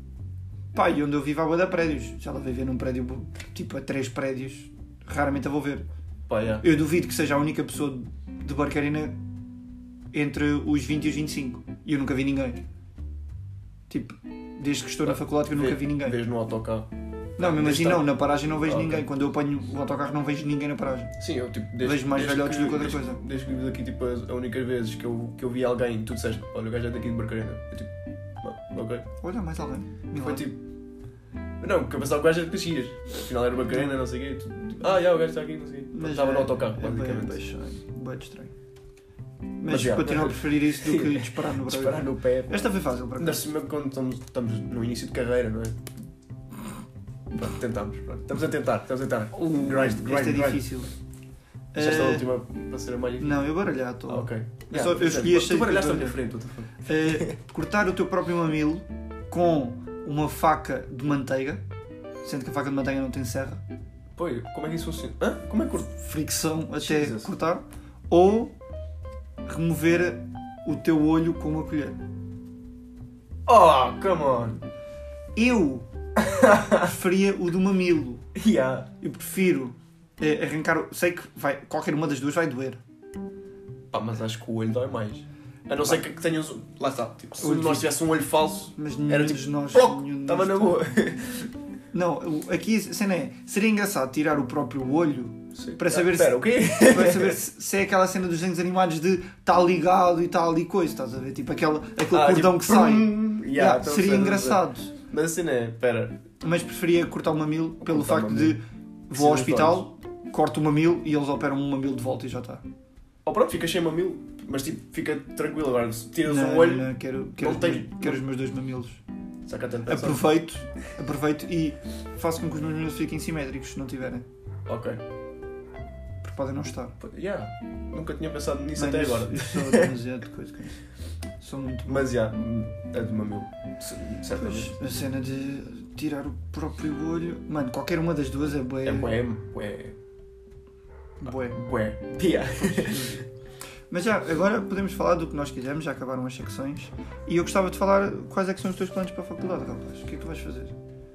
pá, e onde eu vivo há bué de prédios. Se ela viver num prédio, tipo, a três prédios, raramente a vou ver. <laughs> Pá, já. Eu duvido que seja a única pessoa de Barcarena entre os 20 e os 25. E eu nunca vi ninguém. Tipo, desde que estou Ah, na faculdade que eu nunca vi ninguém. Vês no autocarro. Não, mas Desde imagina, não, tarde. na paragem não vejo Ah, ok. ninguém. Quando eu apanho o autocarro não vejo ninguém na paragem. Sim, eu tipo. Vejo mais velhotes do que outra desde- coisa. Desde que vivo aqui, tipo, as, a única vez que eu, que eu vi alguém, tu disseste, olha, o gajo é daqui de Barcarena. Eu tipo, "Não, ok. Olha, mais alguém. E Milagre. foi tipo. Não, porque eu pensava que o gajo era de Caxias. Afinal era uma carena, não sei o quê. Tu- Tipo, ah, já, o gajo está aqui, não sei o quê. Mas Estava é- no autocarro, é bem- basicamente. bem estranho. Bem estranho. Mas, Mas, já. continuo a preferir isso do que <laughs> Sim. disparar no Brasil. Disparar no pé. Esta foi fácil para mim. Ainda por cima quando estamos, estamos no início de carreira, não é? Pronto, tentamos, pronto. Estamos a tentar, estamos a tentar. grind, grind, Esta é grind. difícil. Deixaste Eh, a última para ser a mais difícil. Não, eu baralhar estou. Ah, ok. Eu só- eu portanto, escolhi tu- esta- Tu baralhaste a minha frente, outra frente. Uh, cortar o teu próprio mamilo com uma faca de manteiga, sendo que a faca de manteiga não tem serra, Pô, como é que isso funciona? Hã? Como é que curto? fricção até Jesus. cortar, ou remover o teu olho com uma colher. Oh, come on! <laughs> Eu preferia o do mamilo. Yeah. Eu prefiro eh, arrancar. o- Sei que vai, qualquer uma das duas vai doer. Pá, mas acho que o olho dói mais. A não ser que que tenhas. um- Lá está, tipo, se Olho nós tivéssemos um olho falso. Mas nenhum Era tipo de nós. ploc, nenhum de Estava nós- na <laughs> boa. Não, o- aqui a cena é. Seria engraçado tirar o próprio olho Para Ah, saber se- Espera, o quê? para saber se, se é aquela cena dos desenhos animados de está ligado e tal e coisa, estás a ver? Tipo aquela, aquele Ah, cordão tipo, que sai. prum. <laughs> Yeah, Yeah, estou a seria perceber, engraçado. Mas a cena é, pera, Mas preferia cortar o mamilo pelo cortar o facto mamilo. de vou ao Sim, hospital, corto o mamilo e eles operam o mamilo de volta e já tá. está. ou Oh, pronto, fica cheio de mamilo, mas tipo, fica tranquilo agora, se tiras Não, um olho, não, quero, quero, não os meus, tenho- quero os meus dois mamilos. saca tanta atenção. Aproveito, aproveito e faço com que os meus mamilos fiquem simétricos se não tiverem. Ok. Porque podem não estar. Pô, Yeah, nunca tinha pensado nisso Mano, até eu- agora. eu sou demasiado coisa com isso. Sou muito Mas já, yeah, é de mamilo, c- certamente. Pois, a cena de tirar o próprio olho. Mano, qualquer uma das duas é bué. É bué, bué, bué. bué. Yeah. Mas já, agora podemos falar do que nós quisermos, já acabaram as secções. E eu gostava de falar quais é que são os teus planos para a faculdade, rapaz. O que é que tu vais fazer?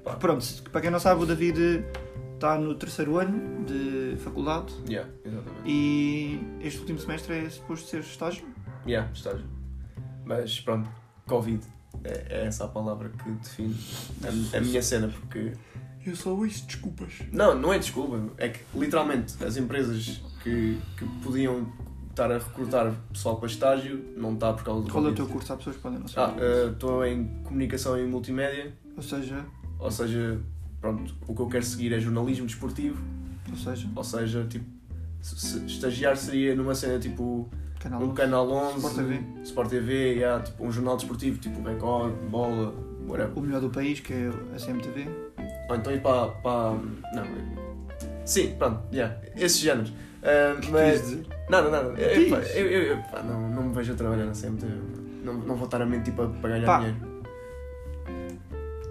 Pá. Pronto, se- para quem não sabe, o David está no terceiro ano de faculdade Yeah, exatamente. e este último semestre é suposto ser estágio. Yeah, estágio. Mas pronto, Covid. É, é essa a palavra que define a- a minha cena, porque Eu só ouço desculpas. Não, não é desculpa. É que literalmente as empresas que, que podiam estar a recrutar pessoal para estágio não está por causa do Qual é o Covid. teu curso? Há pessoas que podem não Ah, saber. eh, estou em comunicação e multimédia, Ou seja, ou seja, pronto, o que eu quero seguir é jornalismo desportivo, ou seja, ou seja, tipo, se, se- estagiar seria numa cena tipo canal um canal 11, Sport TV. Sport TV, yeah, tipo, um jornal desportivo, tipo Record, Bola, Whatever. o melhor do país, que é a CMTV. Ou então ir para. para não. é- Sim, pronto, yeah. Esses géneros. Ah, mas. Quis dizer. Nada, nada. Eu, Diz. pá, eu, eu- eu- pá, não, não me vejo a trabalhar assim na CMTV. Não, não vou estar a mentir para, para ganhar Pá. dinheiro.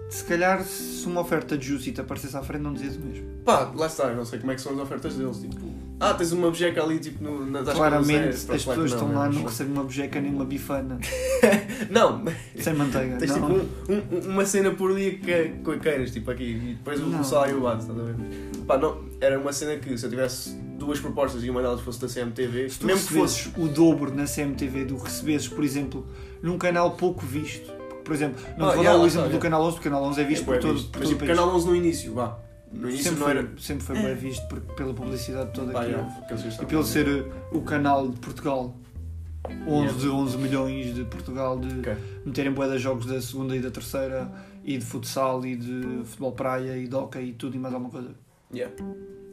Se calhar, se uma oferta de Juicy te aparecesse à frente, não dizias o mesmo. Pá, lá está, eu não sei como é que são as ofertas deles. Tipo, ah, tens uma objeca ali, tipo, no, nas às Claramente, quatorze, as pronto, claro pessoas é, que estão lá mas- não recebem uma bejeca nem uma <laughs> bifana. Não, sem manteiga. tens não. tipo um- um- uma cena por dia que, que queiras, tipo aqui, e depois o- Não. o salário base, estás a ver? Pá, não, era uma cena que se eu tivesse duas propostas e uma delas fosse da CMTV, Se tu mesmo que fosse. recebesses o dobro na CMTV do que recebesses, por exemplo, num canal pouco visto. Porque, Por exemplo, não Ah, te vou yeah, dar o lá exemplo está, do Canal 11, porque o Canal 11 é visto é, por bué todo, visto. por Mas todo o tipo, país. canal 11 no início, vá. No início sempre, não foi, era. sempre foi bem visto por- pela publicidade toda Pá, é. que é. yeah, houve. que eles E gastavam. pelo ser uh, o canal de Portugal, 11 de 11 milhões de Portugal, de Ok. meterem bué de jogos da segunda e da terceira, e de futsal, e de futebol praia, e de hockey, e tudo e mais alguma coisa. Yeah.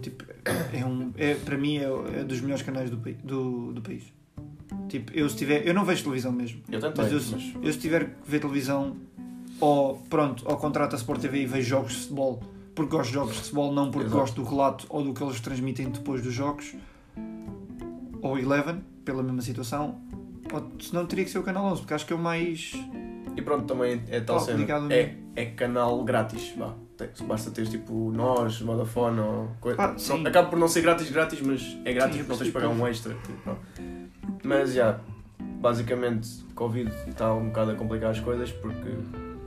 Tipo, é um, é, para mim é, é dos melhores canais do, pai- do, do país. Tipo, eu se tiver, eu não vejo televisão mesmo. Eu tentei, Mas eu, mas. se- eu se tiver que ver televisão, ou pronto, ou contrato a Sport TV e vejo jogos de futebol, porque gosto de jogos de futebol, não porque Exato. gosto do relato ou do que eles transmitem depois dos jogos, ou Eleven, pela mesma situação, ou senão teria que ser o Canal 11, porque acho que é o mais. E pronto, também é tal Oh, cena. ligado É, é canal grátis, vá. Tem- Basta teres tipo nós, Vodafone ou coisa. Ah, Não- sim. acaba por não ser grátis, grátis, mas é grátis Sim, eu porque percebo. não tens de pagar um extra. tipo, pá. Mas já, basicamente, Covid está um bocado a complicar as coisas porque.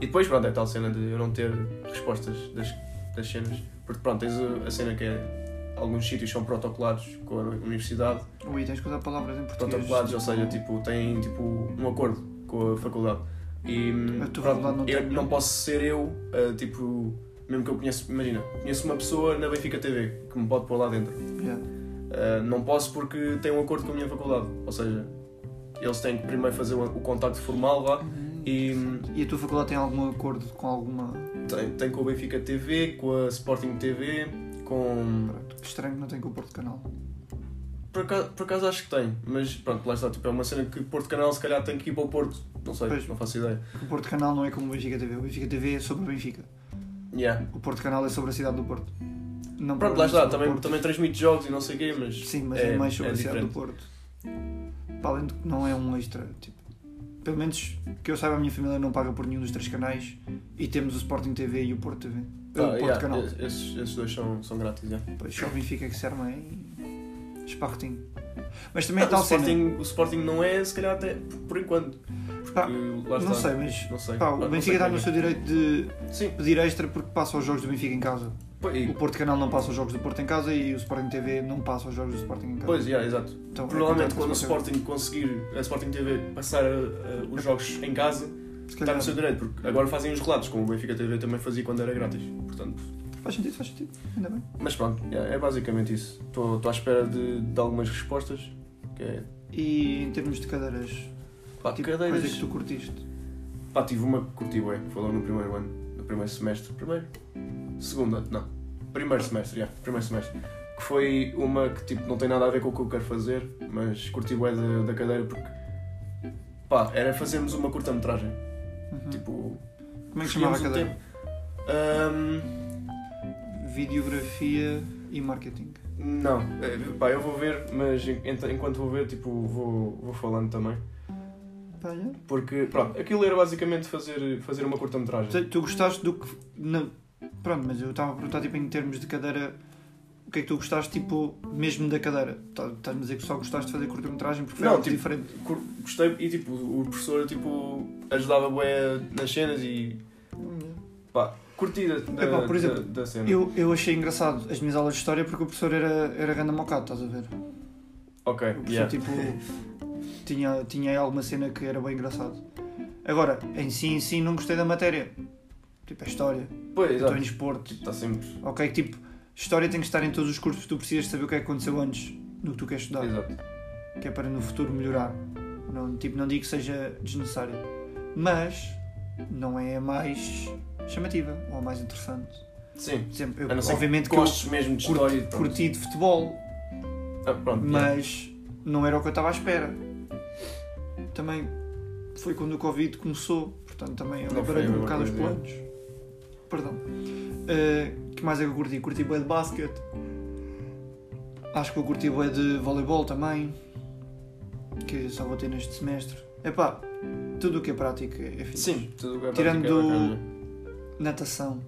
E depois, pronto, é tal cena de eu não ter respostas das, das cenas. Porque, pronto, tens a, a cena que é. Alguns sítios são protocolados com a universidade, Ui, tens que usar palavras em português. protocolados, ou seja, tipo, têm tipo, um acordo com a faculdade. E A tua pronto, faculdade não eu tem- não posso ser eu, ah, tipo, mesmo que eu conheço, imagina, conheço uma pessoa na Benfica TV que me pode pôr lá dentro. Yeah. Ah, não posso porque tem um acordo com a minha faculdade. Ou seja, eles têm que primeiro fazer o, o contacto formal lá e E a tua faculdade tem algum acordo com alguma. tem, tem com a Benfica TV, com a Sporting TV, com. Pronto, que estranho que não tem com o Porto Canal. Por acaso, por acaso acho que tem, mas pronto, lá está, tipo, é uma cena que Porto Canal se calhar tem que ir para o Porto. Não sei, Pois. não faço ideia. O Porto Canal não é como o Benfica TV. O Benfica TV é sobre o Benfica. Yeah. O Porto Canal é sobre a cidade do Porto. Não Pronto, lá está, sobre o também, Porto. também transmite jogos e não sei o quê, mas. Sim, mas é, é- mais sobre é a cidade do diferente. Porto. Para além de que não é um extra. Tipo, pelo menos que eu saiba, a minha família não paga por nenhum dos três canais e temos o Sporting TV e o Porto TV. Ah, o Porto yeah, Canal. es- Esses, esses dois são, são grátis, já. Pois só o Benfica que se arma em espartinho. Mas também é Ah, <laughs> o, tal cena. Sporting, o Sporting não é, se calhar, até por por enquanto. Pá, Porque lá não está, sei, mas. Não sei. Pá, Pá, o não Benfica sei está como no é. seu direito de Sim, pedir extra porque passa os jogos do Benfica em casa. pá, O e- Porto Canal não passa os jogos do Porto em casa e o Sporting TV não passa os jogos do Sporting em casa. Pois, yeah, exato. Então, é contrato Provavelmente quando o com Sporting conseguir, a Sporting TV, passar ah, ah, os jogos em casa, Se está calhar. no seu direito, porque agora fazem os relatos, como o Benfica TV também fazia quando era grátis. Portanto. Faz sentido, faz sentido. Ainda bem. Mas pronto, yeah, é basicamente isso. Estou à espera de, de algumas respostas. Que é. E em termos de cadeiras, Pá, tipo, cadeiras. coisa que tu curtiste. Pá, tive uma que curti bem, foi logo no primeiro ano, no primeiro semestre. Primeiro? Segunda, não. Primeiro semestre, já, primeiro semestre. Que foi uma que tipo não tem nada a ver com o que eu quero fazer, mas curti bem da, da cadeira porque. Pá, era fazermos uma curta-metragem. Uhum. Tipo. Como é que chamava a escolhíamos cadeira? um tema. Ahm, Videografia e marketing. não, Eh, pá, eu vou ver, mas en- ent- enquanto vou ver, tipo, vou, vou falando também. Pá, yeah. Porque, pronto, aquilo era basicamente fazer, fazer uma curta-metragem. Tu, tu gostaste do que. na- Pronto, mas eu estava a perguntar tipo, em termos de cadeira. O que é que tu gostaste, tipo, mesmo da cadeira? Tá- Estás-me a dizer que só gostaste de fazer curta-metragem porque foi Não, algo tipo, diferente. Cur- gostei e tipo o professor tipo ajudava bué nas cenas e pá curti da, da, Epá, É por exemplo, da, da cena Eu, eu achei engraçado as minhas aulas de história porque o professor era, era ganda mocado, estás a ver? ok O professor, yeah. tipo, tinha, tinha aí alguma cena que era bem engraçado. Agora, em si, em si, não gostei da matéria. Tipo, a história. pois Eu estou exato em esporte. está sempre Ok, tipo, história tem que estar em todos os cursos. Tu precisas saber o que é que aconteceu antes no que tu queres estudar. exato Que é para no futuro melhorar. Não, tipo, não digo que seja desnecessário. Mas, não é a mais chamativa ou a mais interessante. sim Por exemplo, a eu, não ser obviamente que que eu gostes mesmo de história e curti, pronto. curti de futebol, Ah, pronto yeah. mas não era o que eu estava à espera. Também foi quando o Covid começou, Portanto, também eu Não foi liberei a um mesma bocado os coisa, planos. Perdão. Uh, que mais é que eu curti? Curti bué de basquete. Acho que eu curti bué de voleibol também. Que só vou ter neste semestre. Epá, tudo o que é prática é fixe. Sim, tudo o que é Tirando prática é bacana. Natação.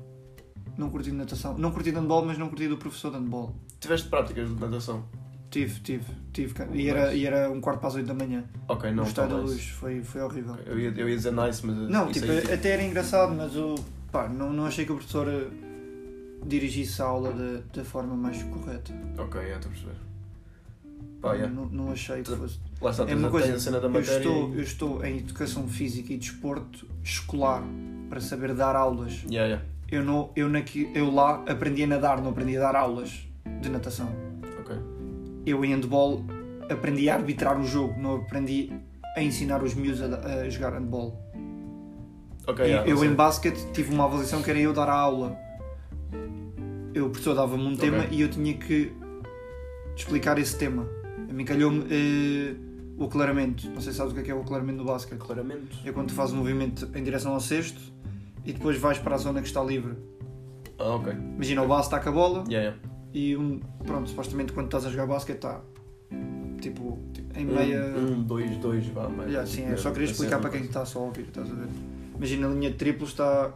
Não curti de natação. Não curti de handball, mas não curti do professor de handball. Tiveste práticas de natação? Tive, tive, tive. cara. E era, e era um quarto para as oito da manhã. Ok, No não. estado da talvez. luz. Foi, foi horrível. Eu ia, eu ia dizer nice, mas. Não, isso tipo, aí, tipo, até era engraçado, mas o, pá, não, não achei que o professor eh, dirigisse a aula da, da forma mais correta. tipo, Ok, já estou a perceber. Pá, yeah. não, não achei que Tu- fosse. Lá está, Hum, É tens, uma a- coisa, tens a cena da Eu matéria. estou, e- eu estou em educação física e desporto escolar para saber dar aulas. Yeah, yeah. Eu, não, eu, naqui, eu lá aprendi a nadar, não aprendi a dar aulas de natação. Ok. Eu em handball aprendi a arbitrar o jogo, não aprendi a ensinar os miúdos a, da- a jogar handball. Ok, E yeah, eu em não basquete tive uma avaliação que era eu dar a aula. Eu, o professor dava-me um tema Ok. e eu tinha que explicar esse tema. A mim calhou-me eh, o aclaramento. Não sei se sabes o que é, que é o aclaramento no sei. basquete. Claramente. É quando tu fazes um movimento em direção ao cesto e depois vais para a zona que está livre. Ah, ok. Imagina, o base está com a bola Yeah, yeah. e, um, pronto, supostamente quando estás a jogar basquete está, tipo, em Um, meia... Um, dois, dois, um vá, meia. Yeah, sim, assim, eu só é queria explicar para quem está só a ouvir, estás a ver? Imagina a linha de triplo está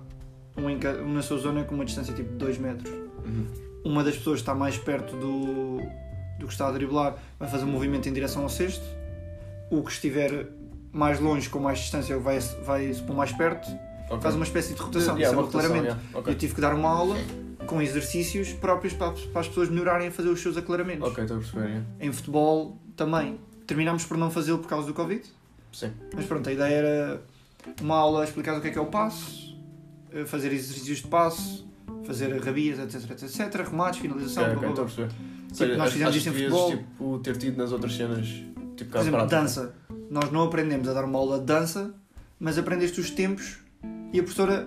um em ca- um na sua zona com uma distância tipo de 2 metros. Uhum. Uma das pessoas está mais perto do, do que está a driblar vai fazer um movimento em direção ao cesto. O que estiver mais longe, com mais distância, vai, vai se pôr mais perto. Ok. Faz uma espécie de rotação, Yeah, isso é uma muito rotação, claramente. tipo, yeah. Ok. Eu tive que dar uma aula com exercícios próprios para, para as pessoas melhorarem a fazer os seus aclaramentos. Ok, estou a perceber, yeah. Em futebol também. Terminámos por não fazê-lo por causa do Covid. Sim. Mas pronto, a ideia era uma aula a explicar o que é que é o passo, eh, fazer exercícios de passo, fazer rabias, etc, etc, etc, remates, finalização, Ok, blá, ok, então, blá, estou blá. a perceber. Ou Tipo, nós acho- fizemos acho isso em que devias, futebol. tipo, ter tido nas outras cenas, tipo, Por caso exemplo, prático. dança. Nós não aprendemos a dar uma aula de dança, mas aprendeste os tempos e a professora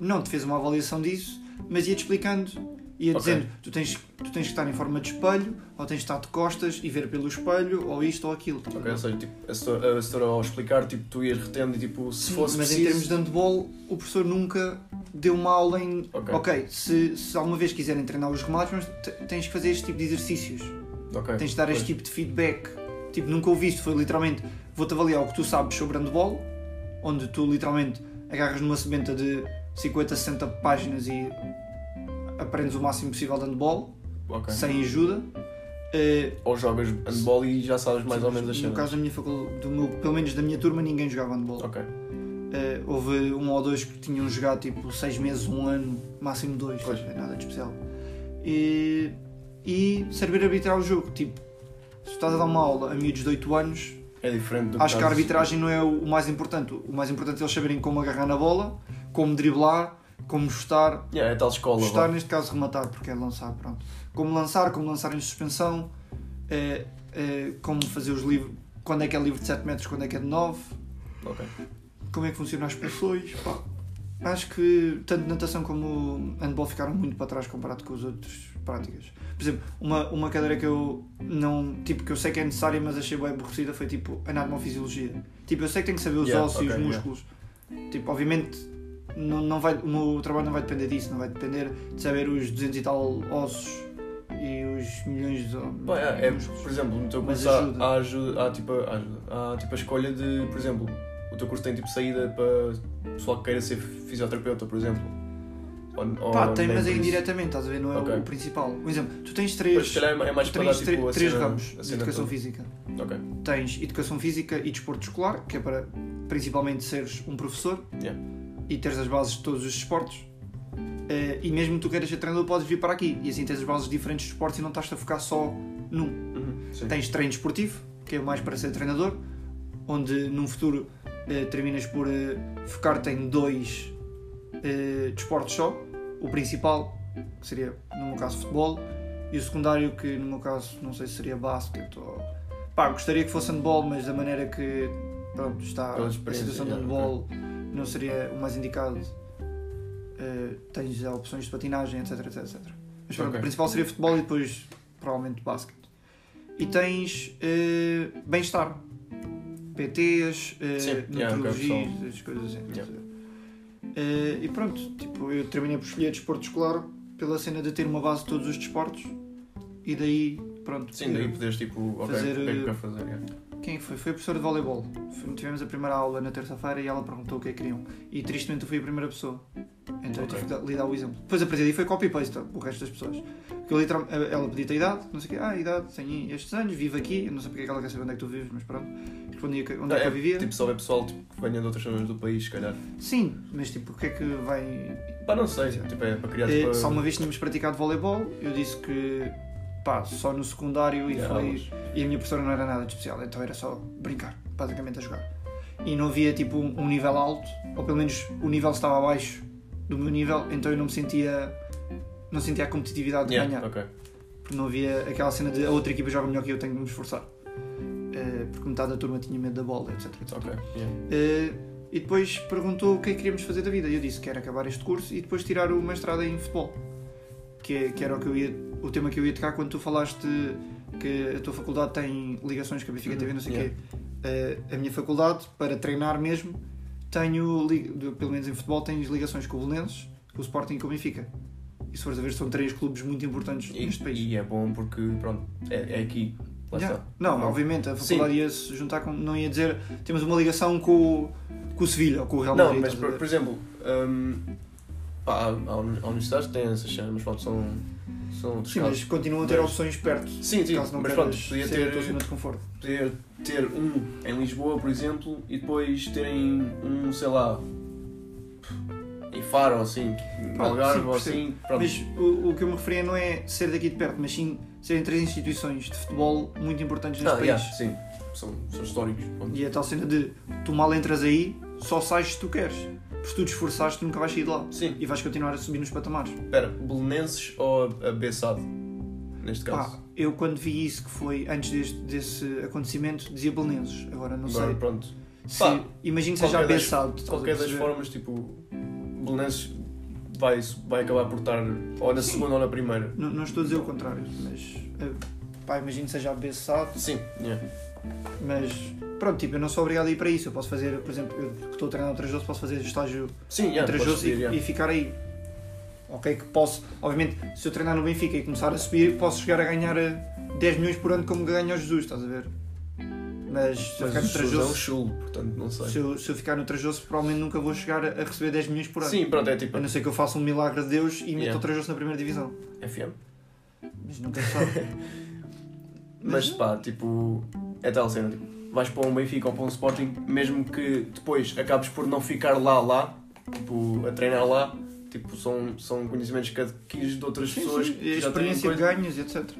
não te fez uma avaliação disso, mas ia-te explicando. Ia Ok. dizendo, tu tens, tu tens que estar em forma de espelho, ou tens de estar de costas e ver pelo espelho, ou isto ou aquilo. Ok, ou seja, tipo, a setora, a setora ao explicar, tipo, tu ias retendo e, tipo, se Sim, fosse mas em termos preciso... de handball, o professor nunca deu uma aula em. Ok. Ok, se, se alguma vez quiserem treinar os remates, mas te- tens que fazer este tipo de exercícios, Ok, tens de dar este pois. tipo de feedback. Tipo, nunca ouvi isto, foi literalmente vou-te avaliar o que tu sabes sobre handball, onde tu literalmente agarras numa sementa de 50, 60 páginas e aprendes o máximo possível de handball, Ok. sem ajuda. Eh, Ou jogas handball e já sabes mais ou menos assim. as No cenas. caso da minha faculdade, do meu- pelo menos da minha turma, ninguém jogava handball. Ok, Eh, houve um ou dois que tinham jogado tipo seis meses, um ano, máximo dois, Pois. não é nada de especial. E, e saber arbitrar o jogo, tipo, se estás a dar uma aula a miúdos de 8 anos, é diferente do acho que a estás- arbitragem não é o o mais importante. O mais importante é eles saberem como agarrar na bola, como driblar, como chutar, Yeah, é tal escola, chutar vá. neste caso rematar, porque é lançar, pronto. Como lançar, como lançar em suspensão, eh, eh, como fazer os livros, quando é que é livre de 7 metros, quando é que é de 9 Ok. como é que funcionam as pessoas. pá. Acho que tanto natação como handball ficaram muito para trás comparado com as outras práticas. Por exemplo, uma, uma cadeira que eu não. Tipo, que eu sei que é necessária, mas achei bem aborrecida foi tipo anatomofisiologia. Tipo, eu sei que tenho que saber os Yeah, ossos e ok, os músculos. Tipo, obviamente, não, não vai, o meu trabalho não vai depender disso, não vai depender de saber os 200 e tal ossos e os milhões de os- Pá, é, é, músculos. por exemplo, no teu Mas curso há- ajuda. há, ajuda, há, tipo, a- ajuda, há tipo a escolha de, por exemplo, o teu curso tem tipo saída para pessoal que queira ser fisioterapeuta, por exemplo. Ou, ou Pá, tem, nem mas por é isso. indiretamente, estás a ver? Não é Ok. o principal. Por exemplo, tu tens Mas três. se calhar é mais para dar Três, tipo a três, três cena- ramos a de cena educação toda. física. Ok, Tens educação física e desporto escolar, que é para principalmente seres um professor Yeah. e teres as bases de todos os esportes. Eh, e mesmo que tu queiras ser treinador, podes vir para aqui e assim tens as bases de diferentes esportes e não estás a focar só num. Uhum, sim. Tens treino esportivo, que é mais para ser treinador, onde num futuro eh, terminas por eh, focar-te em dois eh, desportos só. O principal, que seria no meu caso futebol, e o secundário, que no meu caso não sei se seria basquete ou. Pá, gostaria que fosse handball, mas da maneira que pronto, está Pela a experiência, situação de yeah, handball não seria o mais indicado. Eh, tens já opções de patinagem, etc, etc, etc. Mas pronto, Ok. o principal seria futebol e depois provavelmente basquete. E tens eh, bem-estar. PTs, eh, Sim, yeah, ok, nutrologias, pessoal. as coisas assim. Yeah. estás a ver? Eh, e pronto, tipo, eu terminei por escolher desporto escolar pela cena de ter uma base de todos os desportos e daí, pronto. Sim, daí poderes tipo, ok, Fazer, o que é que eh, quer fazer? Yeah. Quem foi? Foi a professora de voleibol. Foi- Tivemos a primeira aula na terça-feira e ela perguntou o que é que queriam. E tristemente eu fui a primeira pessoa. Então eu tive Ok. que dar- lhe dar o exemplo. Depois a partir daí foi copy-paste o resto das pessoas. Porque eu literal- ela pedia-te a idade, não sei o quê. Ah, idade, tenho estes anos, vivo aqui. Eu não sei porque é que ela quer saber onde é que tu vives, mas pronto. Respondi que- onde é que eu vivia. Tipo, só é pessoal tipo, que venha de outras zonas do país, se calhar. Sim, mas tipo, o que é que vai Pá, não sei, tipo, é para criar. Eh, tipo, Só uma vez tínhamos praticado voleibol, eu disse que pá, só no secundário e, yeah, foi, aulas. e a minha professora não era nada de especial, então era só brincar, basicamente a jogar. E não havia tipo um um nível alto, ou pelo menos o nível estava abaixo do meu nível, então eu não me sentia não sentia a competitividade de Yeah, ganhar, ok. porque não havia aquela cena de a outra equipa joga melhor que eu, tenho de me esforçar. Eh, porque metade da turma tinha medo da bola, etc. etc. Ok, yeah. Eh, e depois perguntou o que é que queríamos fazer da vida. E eu disse que era acabar este curso e depois tirar o mestrado em futebol, que, é- que era o, que eu ia, o tema que eu ia tocar quando tu falaste que a tua faculdade tem ligações com a Benfica Uhum, TV, não sei o yeah. quê. Eh, a minha faculdade, para treinar mesmo, tenho, li- de- pelo menos em futebol, tens ligações com o Belenenses, com o Sporting e com o Benfica. E se fores a ver, são três clubes muito importantes neste país. E, e é bom porque, pronto, é, é aqui. Lá Yeah. está. Não, Não. obviamente, a Sim. faculdade ia se juntar com. Não ia dizer temos uma ligação com, o- com o Sevilha ou com o Real Não, Madrid. mas estás a por, ver? por exemplo, hum, pá, há, há uni- há universidades que têm essas cenas, mas pronto, são. são outros Sim, casos. mas continuam a ter Mas- opções perto. sim, sim, caso não mas queiras pronto, podia sair da ter, tua zona de conforto. podia ter um em Lisboa, por exemplo, e depois terem um, sei lá, em Faro ou assim, em Pronto, Algarve sim, ou percebo. assim, pronto. Mas o, o que eu me referia não é ser daqui de perto, mas sim serem três instituições de futebol muito importantes neste Ah, país. yeah, sim, são, são históricos. pronto. E a tal cena de tu mal entras aí, só sais se tu queres. Porque se tu te esforçares, tu nunca vais sair de lá. Sim, E vais continuar a subir nos patamares. espera, Belenenses ou a, a Bessade, neste caso? Pá, eu quando vi isso, que foi antes deste, desse acontecimento, dizia Belenenses. Agora não Agora, sei. pronto, Se, Pá, imagino que seja qualquer das- abençado. De estás a qualquer das perceber? formas, tipo, Belenenses vai, vai acabar por estar ou na Sim. segunda ou na primeira. Não, não estou a dizer o contrário, mas. eh, Pá, imagino que seja abençado, Sim, yeah. mas. Pronto, tipo, eu não sou obrigado a ir para isso. Eu posso fazer, por exemplo, eu que estou a treinar outras doces, posso fazer estágio sim, yeah, outras podes doces e, pedir, yeah. e ficar aí. Ok, que posso. Obviamente, se eu treinar no Benfica e começar a subir, posso chegar a ganhar eh, 10 milhões por ano como ganha o Jesus, estás a ver? Mas se eu ficar Mas o no Sousa é um Trajoso, chulo, portanto, não sei. se eu, se eu ficar no Trajoso, provavelmente nunca vou chegar a a receber 10 milhões por ano. Sim, pronto, é tipo, A não ser que eu faça um milagre de Deus e meta Yeah. o Trajoso na primeira divisão. FM. Mas nunca se sabe. Mas pá, tipo, é tal cena, tipo, vais para um Benfica ou para um Sporting, mesmo que depois acabes por não ficar lá, lá, tipo, a treinar lá, tipo, são, são conhecimentos que adquires de outras Sim, pessoas sim, que a já têm experiência de coisa. ganhos, etc.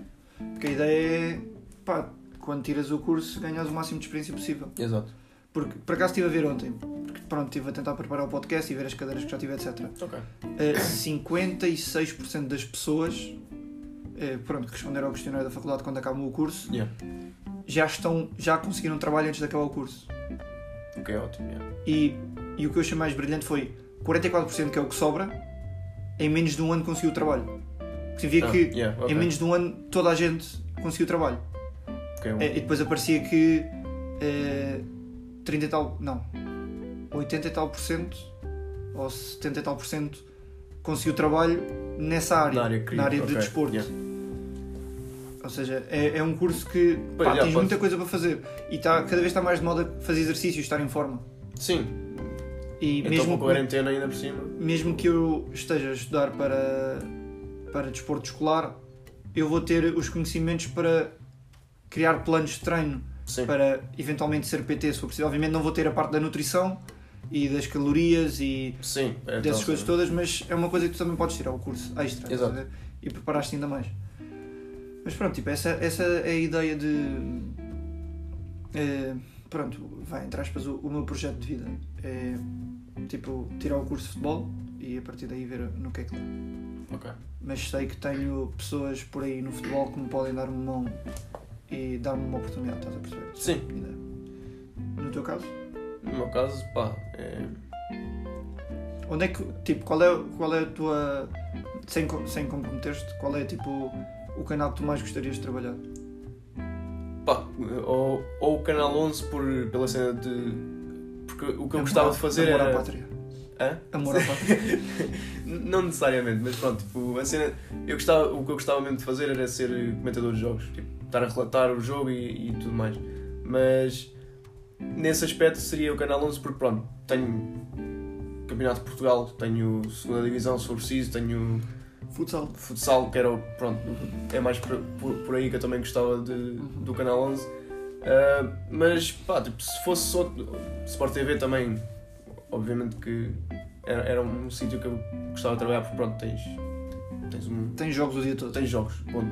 Porque a ideia é, pá, quando tiras o curso, ganhas o máximo de experiência possível. Exato. Porque, por acaso, estive a ver ontem, porque, pronto, estive a tentar preparar o podcast e ver as cadeiras que já tive, etc. Ok. Eh, 56% das pessoas, eh, pronto, que responderam ao questionário da faculdade quando acabam o curso, Yeah. já estão, já conseguiram trabalho antes de acabar o curso. Ok, ótimo. yeah. E, e o que eu achei mais brilhante foi 44% que é o que sobra, em menos de um ano conseguiu o trabalho. Porque via Ah, que yeah, ok. em menos de um ano toda a gente conseguiu trabalho. Ok, é um- bom. Eh, E depois aparecia que eh, 30 e tal, não, 80 e tal por cento ou 70 e tal por cento conseguiu trabalho nessa área, Na área que queria, de ok, desporto. yeah. Ou seja, é, é um curso que pá, Pois, já, tens pode- muita coisa para fazer e tá, cada vez está mais de moda fazer exercício, estar em forma. Sim, E então mesmo com a quarentena ainda por cima. mesmo que eu esteja a estudar para, para desporto escolar, eu vou ter os conhecimentos para criar planos de treino, Sim. para eventualmente ser PT, se for preciso. Obviamente não vou ter a parte da nutrição e das calorias e Sim, é tal dessas coisas cena. todas, mas é uma coisa que tu também podes tirar, o curso extra. Exato. estás a ver? E preparaste ainda mais. Mas pronto, tipo, essa, essa é a ideia de. eh, pronto, vai, entre aspas, o, o meu projeto de vida. É tipo, tirar o curso de futebol e a partir daí ver no que é que dá. Ok. Mas sei que tenho pessoas por aí no futebol que me podem dar uma mão e dar-me uma oportunidade, estás a perceber? Sim, Ideia. No teu caso? no meu caso, pá, é... Onde é que, tipo, qual é, qual é a tua, sem, co- sem comprometer-te, qual é, tipo, o canal que tu mais gostarias de trabalhar? Pá, ou, ou o Canal 11 por, pela cena de. Porque o que eu Amor- gostava de fazer é amor à era. pátria. Hã? <laughs> Amor à pátria. N- Não necessariamente, mas pronto, tipo, a cena. Eu gostava, o que eu gostava mesmo de fazer era ser eh, comentador de jogos, tipo, estar a relatar o jogo e, e tudo mais. Mas nesse aspecto seria o Canal 11, porque pronto, tenho Campeonato de Portugal, tenho segunda Divisão se for preciso, tenho Futsal. futsal, que era, o- pronto, é mais por, por- por aí que eu também gostava de- Uhum. do Canal 11. Ah, mas, pá, tipo, se fosse só Sport TV também, obviamente que era, era um sítio que eu gostava de trabalhar, porque, pronto, tens, tens, um, Tem jogos o dia todo. tens jogos, ponto.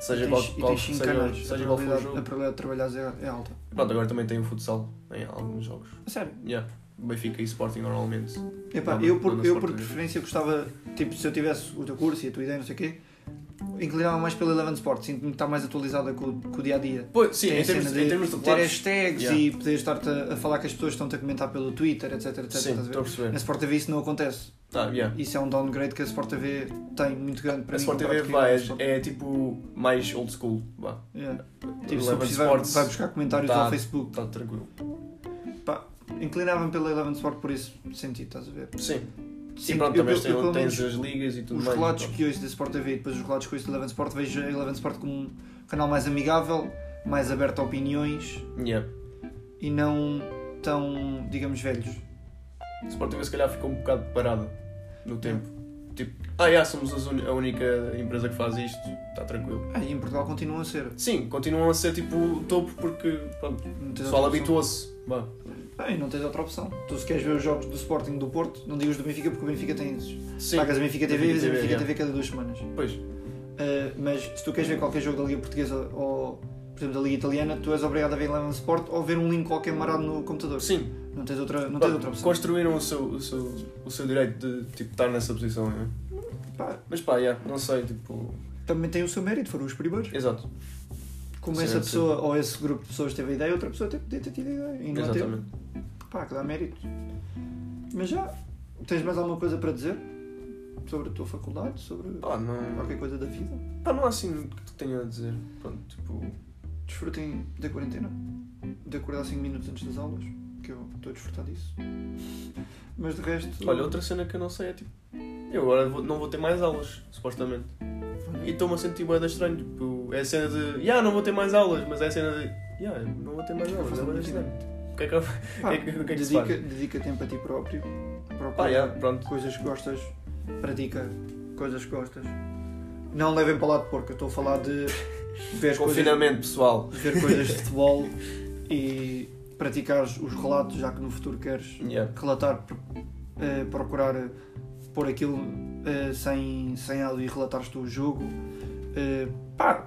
Seja É. e qual, tens, e qual, tens cinco seja, canais. seja a, qual for o probabilidade, a jogo. probabilidade de trabalhares é, é alta. Pronto, agora também tem o futsal em alguns jogos. A sério. Yeah, Benfica e Sporting normalmente. Epá, Não, eu não por, dá eu sorte por mesmo. preferência gostava, tipo, se eu tivesse o teu curso e a tua ideia, não sei o quê, inclinava mais pela Eleven Sport, sinto-me que está mais atualizada com, o- com o dia a dia. Pois, sim, Tem em a termos, cena em termos de ter claros, hashtags Yeah. e poder estar-te a, a falar que as pessoas estão-te a comentar pelo Twitter, etc, etc. Sim, estás a ver? estou a Na perceber. Sport TV isso não acontece. Tá, yeah. Isso é um downgrade que a Sport TV tem muito grande para A mim. um Sport TV comparado com a vai, Eleven Sport. é, é tipo mais old school. Vá. Yeah. Tipo, se eu Eleven preciso, vai, Sports vai buscar comentários tá. ao Facebook. está tranquilo. Inclinava-me pela Eleven Sport por esse sentido, estás a ver? Sim. Sim, e pronto, eu- também eu- tem- eu, pelo menos, tens as ligas e tudo os mais. relatos então. que ouço da Sport TV e depois os relatos que ouço da Eleven Sport, vejo a Eleven Sport como um canal mais amigável, mais aberto a opiniões Yeah. e não tão, digamos, velhos. O Sport TV se calhar ficou um bocado parada no tempo. Tipo, ah, yeah, somos as uni- a única empresa que faz isto, está tranquilo. Ah, e em Portugal continuam a ser. Sim, continuam a ser tipo o topo porque pronto, Não o tens pessoal outra opção. habituou-se. Vá. Ah, e não tens outra opção. Tu se queres ver os jogos do Sporting do Porto, não digas do Benfica porque o Benfica tem esses. Sim, Pagas a Benfica TV e vês a Benfica Benfica TV, TV cada duas semanas. pois. Ah, mas se tu queres ver qualquer jogo da Liga Portuguesa ou, por exemplo, da Liga Italiana, tu és obrigado a ver Eleven Sport ou ver um link qualquer marado no computador. Sim, Não tens outra, não tens pronto, outra opção. construíram o seu, o, seu, o seu direito de tipo, estar nessa posição. não é? Pá, Mas pá, yeah, não sei, tipo. também tem o seu mérito, foram os primeiros. Exato. Como Sim, essa sim. pessoa ou esse grupo de pessoas teve a ideia, outra pessoa teve, podia ter tido a ideia. E não teve. Exatamente. Pá, que dá mérito. Mas já, tens mais alguma coisa para dizer? Sobre a tua faculdade? Sobre Pá, não, qualquer coisa da vida? pá, não há assim muito que tenho a dizer. Pronto, tipo. Desfrutem da quarentena. De acordar 5 minutos antes das aulas, que eu estou a desfrutar disso. Mas de resto. Olha, outra cena que eu não sei é tipo. Eu agora vou- não vou ter mais aulas, supostamente. E estou-me a sentir bué da estranho. Tipo, é a cena de. Ya, yeah, não vou ter mais aulas, mas é a cena de. Ya, yeah, não vou ter mais Não aulas, faço é bué da muito estranho. O que é que eu. Pá, o que é que- o que é que se dedica, faz? dedica tempo a ti próprio. Procura Pá, yeah, pronto. coisas que gostas. Pratica coisas que gostas. Não levem para o lado porco, eu estou a falar <laughs> de ver coisas Confinamento, pessoal. ver coisas de futebol e praticares os relatos, já que no futuro queres Yeah. relatar, eh, procurar eh, pôr aquilo eh, sem, sem áudio e relatares tu o jogo. Eh, pá,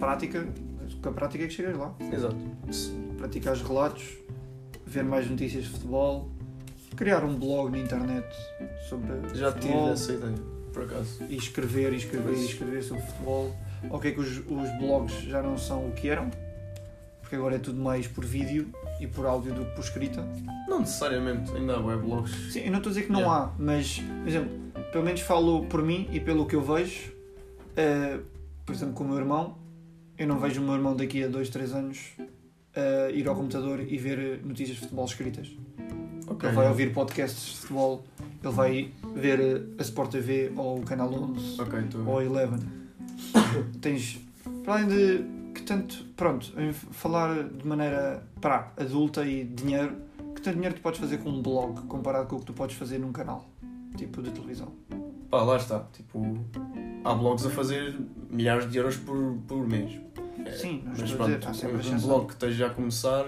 prática, com a prática é que chegas lá. Exato. Praticares relatos, ver mais notícias de futebol, criar um blog na internet sobre Já tive futebol essa ideia, por acaso. e escrever e escrever e Mas- escrever sobre futebol. Ao que é que os, os blogs já não são o que eram, porque agora é tudo mais por vídeo e por áudio do que por escrita. Não necessariamente, ainda há weblogs. Sim, eu não estou a dizer que não Yeah. há, mas, por exemplo, pelo menos falo por mim e pelo que eu vejo, eh, por exemplo, com o meu irmão, eu não vejo o meu irmão daqui a 2, 3 anos eh, ir ao computador e ver eh, notícias de futebol escritas. Ok. Ele vai ouvir podcasts de futebol, ele vai ver eh, a Sport TV ou o Canal 11 Ok, então. estou. ou a Eleven. Tens, para além de que tanto, pronto, em falar de maneira para adulta e dinheiro, que tanto dinheiro tu podes fazer com um blog comparado com o que tu podes fazer num canal, tipo de televisão. Pá, lá está. Tipo, há blogs a fazer milhares de euros por, por mês. É, Sim, não Mas estou a pronto, dizer, há sempre um- a um chance. blog que esteja a começar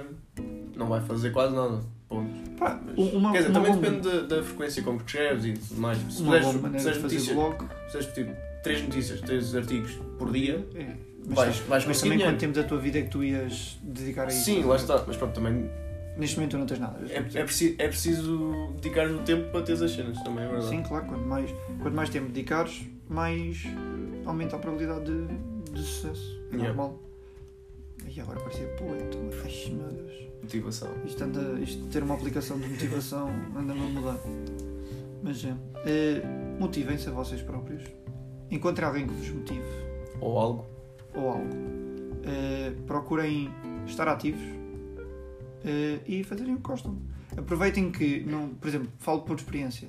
não vai fazer quase nada. Ponto. Pá, um, Mas- uma, Quer dizer, uma também boa- depende da, da frequência com que escreves e tudo mais. Se uma fizeres boa maneira de fizeres fazer notícias, blog. fizeres tipo 3 notícias, 3 artigos por dia, É. Mas, vais, vais mas conseguir também quanto dinheiro. tempo da tua tá vida é que tu ias dedicar a isso? Sim, lá está. Mas pronto, também Neste momento tu não tens nada. é, é, preciso, é preciso dedicar o tempo para ter as cenas, também é verdade. Sim, claro, quanto mais, quanto mais tempo dedicares, mais eh, aumenta a probabilidade de, de sucesso. É Yeah. Normal. E agora parecia poeta. mas, Ai, meu Deus. Motivação. Isto, anda, isto de ter uma aplicação de <laughs> motivação anda-me a mudar. Mas é. eh, Motivem-se a vocês próprios. Encontrem alguém que vos motive Ou algo. ou algo. Eh, procurem estar ativos. eh, e fazerem o que gostam. Aproveitem que, não, por exemplo, falo por experiência.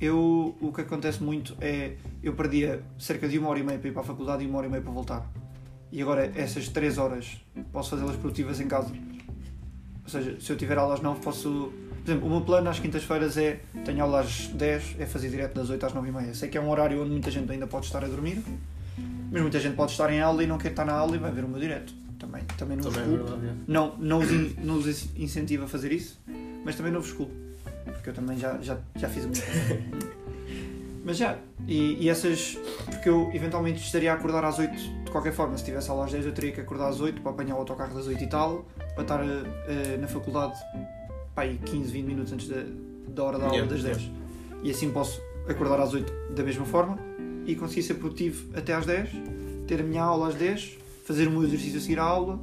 Eu, o que acontece muito é, eu perdia cerca de uma hora e meia para ir para a faculdade e uma hora e meia para voltar. E agora, essas três horas, posso fazê-las produtivas em casa. Ou seja, se eu tiver aulas não posso... Por exemplo, o meu plano às quintas-feiras é, tenho aulas às 10, é fazer direto das 8 às 9 e meia. Sei que é um horário onde muita gente ainda pode estar a dormir, mas muita gente pode estar em aula e não quer estar na aula e vai ver o meu direto. Também, também não os Também é culpo. verdade, é. Não, não os, in- não os in- incentivo a fazer isso, mas também não vos culpo, porque eu também já, já, já fiz muito. <laughs> mas já, e, e essas. Porque eu eventualmente estaria a acordar às 8 de qualquer forma, se tivesse aula às 10, eu teria que acordar às 8 para apanhar o autocarro das 8 e tal, para estar eh, eh, na faculdade pá, aí 15, 20 minutos antes da, da hora da aula Yeah, das 10. E assim posso acordar às 8 da mesma forma e conseguir ser produtivo até às 10, ter a minha aula às 10, fazer o meu exercício a seguir à aula,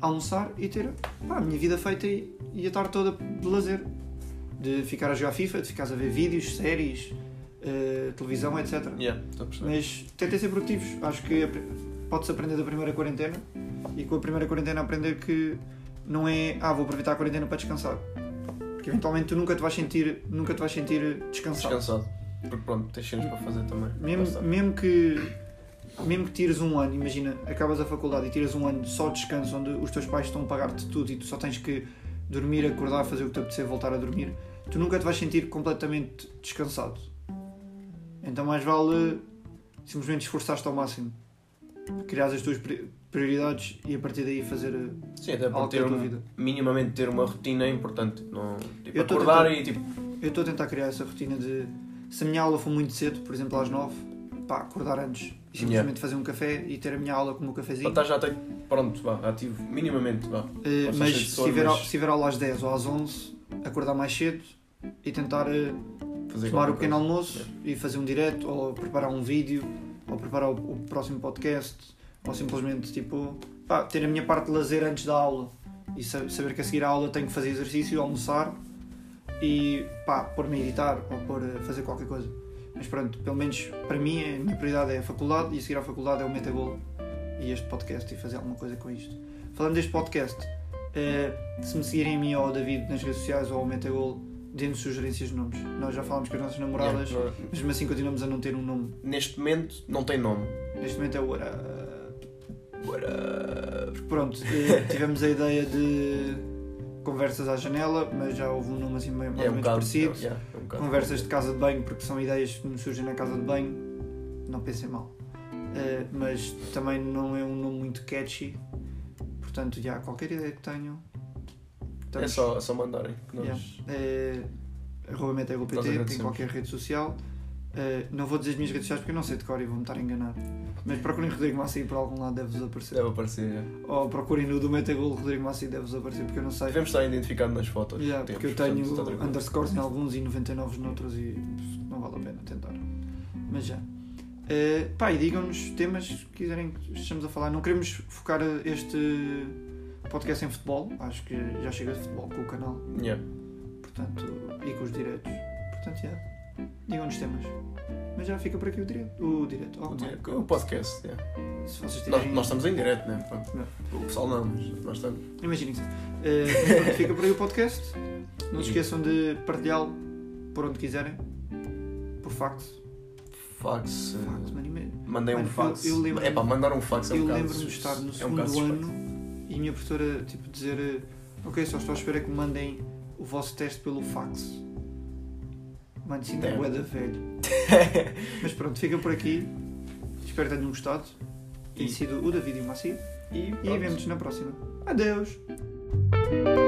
almoçar e ter pá, a minha vida feita e, e a tarde toda de lazer. De ficar a jogar FIFA, de ficar a ver vídeos, séries, eh, televisão, etc. Yeah, estou a perceber. Mas tentem ser produtivos. Acho que apre- pode-se aprender da primeira quarentena e com a primeira quarentena aprender que não é ah, vou aproveitar a quarentena para descansar. Porque eventualmente tu nunca te vais sentir, nunca te vais sentir descansado. Descansado. Porque pronto, tens cenas para fazer também. Lá Mesmo, está. mesmo que mesmo que tires um ano, imagina, acabas a faculdade e tiras um ano só de descanso onde os teus pais estão a pagar-te tudo e tu só tens que dormir, acordar, fazer o que te apetecer, voltar a dormir, tu nunca te vais sentir completamente descansado. Então mais vale simplesmente esforçar-te ao máximo. Criar as tuas pri- prioridades e a partir daí fazer uh, Sim, até algo para da ter tua um, vida. minimamente ter uma rotina é importante. Não, tipo, Eu tô acordar tentando- e tipo. Eu estou a tentar criar essa rotina de se a minha aula for muito cedo, por exemplo às 9, pá, acordar antes e simplesmente Yeah. fazer um café e ter a minha aula com o meu Para cafezinho. estar tá, já até pronto, vá, ativo. Minimamente, vá. Uh, Posso achar mas de se sono, tiver, mas- se tiver aula às 10 ou às 11, acordar mais cedo e tentar uh, Fazer tomar o qualquer pequeno coisa. almoço e fazer um direto, ou preparar um vídeo, ou preparar o, o próximo podcast, ou simplesmente tipo, pá, ter a minha parte de lazer antes da aula e sa- saber que a seguir à aula tenho que fazer exercício, almoçar e pá, pôr-me a editar ou pôr a fazer qualquer coisa. Mas pronto, pelo menos para mim a minha prioridade é a faculdade e a seguir à faculdade é o metabolo e este podcast e fazer alguma coisa com isto. Falando deste podcast, eh, se me seguirem a mim ou ao David nas redes sociais ou ao metabolo, deem-nos sugerências de nomes. Nós já falámos com as nossas namoradas, Yeah, mas mesmo assim continuamos a não ter um nome. não- Neste momento não tem nome. Neste momento é o Ara. Agora. Porque pronto, <laughs> eh, tivemos a ideia de conversas à janela, mas já houve um nome assim meio- mais É ou um menos bocado. parecido. é, yeah, é um bocado. Conversas de casa de banho, porque são ideias que me surgem na casa de banho, não pensem mal. Eh, mas também não é um nome muito catchy, portanto, já qualquer ideia que tenham. É só, é só mandarem. que nós- Yeah. Eh, arroba Nós metegopt em agradecemos. qualquer rede social. Eh, não vou dizer as minhas redes sociais porque eu não sei de cor e vou-me estar a enganar. Mas procurem Rodrigo Massa e por algum lado deve-vos aparecer. Deve aparecer. yeah. Ou procurem no do Metagol Rodrigo Massi deve-vos aparecer porque eu não sei. Devemos estar identificado nas fotos. Yeah, Temos, porque eu portanto, tenho está tranquilo. underscores em alguns e 99 noutros e pff, não vale a pena tentar. Mas já. Eh, pá, e digam-nos temas que quiserem que estejamos a falar. Não queremos focar este podcast em futebol. Acho que já chega de futebol com o canal Yeah. portanto, e com os diretos. Portanto, já. Digam-nos temas. Mas já fica por aqui o direto. O direto. Oh, O my dire- God. O podcast. yeah. Se vocês Nós, tiverem. nós estamos em direto, né? Pronto. Não. O pessoal não, mas nós estamos. Imaginem-se. Eh, mas pronto, fica por aí o podcast. Não se esqueçam de partilhá-lo por onde quiserem. Por fax. Fax. eh, Fax, mano, e mesmo. Mandei um Mano, fax. eu- eu lembro- é pá, mandar um fax é um eu bocado lembro-me de sus- estar no é um segundo bocado suspeito. ano e a minha professora tipo, dizer eh, ok, só estou à espera que me mandem o vosso teste pelo fax. Mano, sinto Damn. bué da <laughs> velho. Mas pronto, fica por aqui. Espero que tenham gostado. Tem E- sido o David e o Maci. E, E pronto. vemos-nos na próxima. Adeus!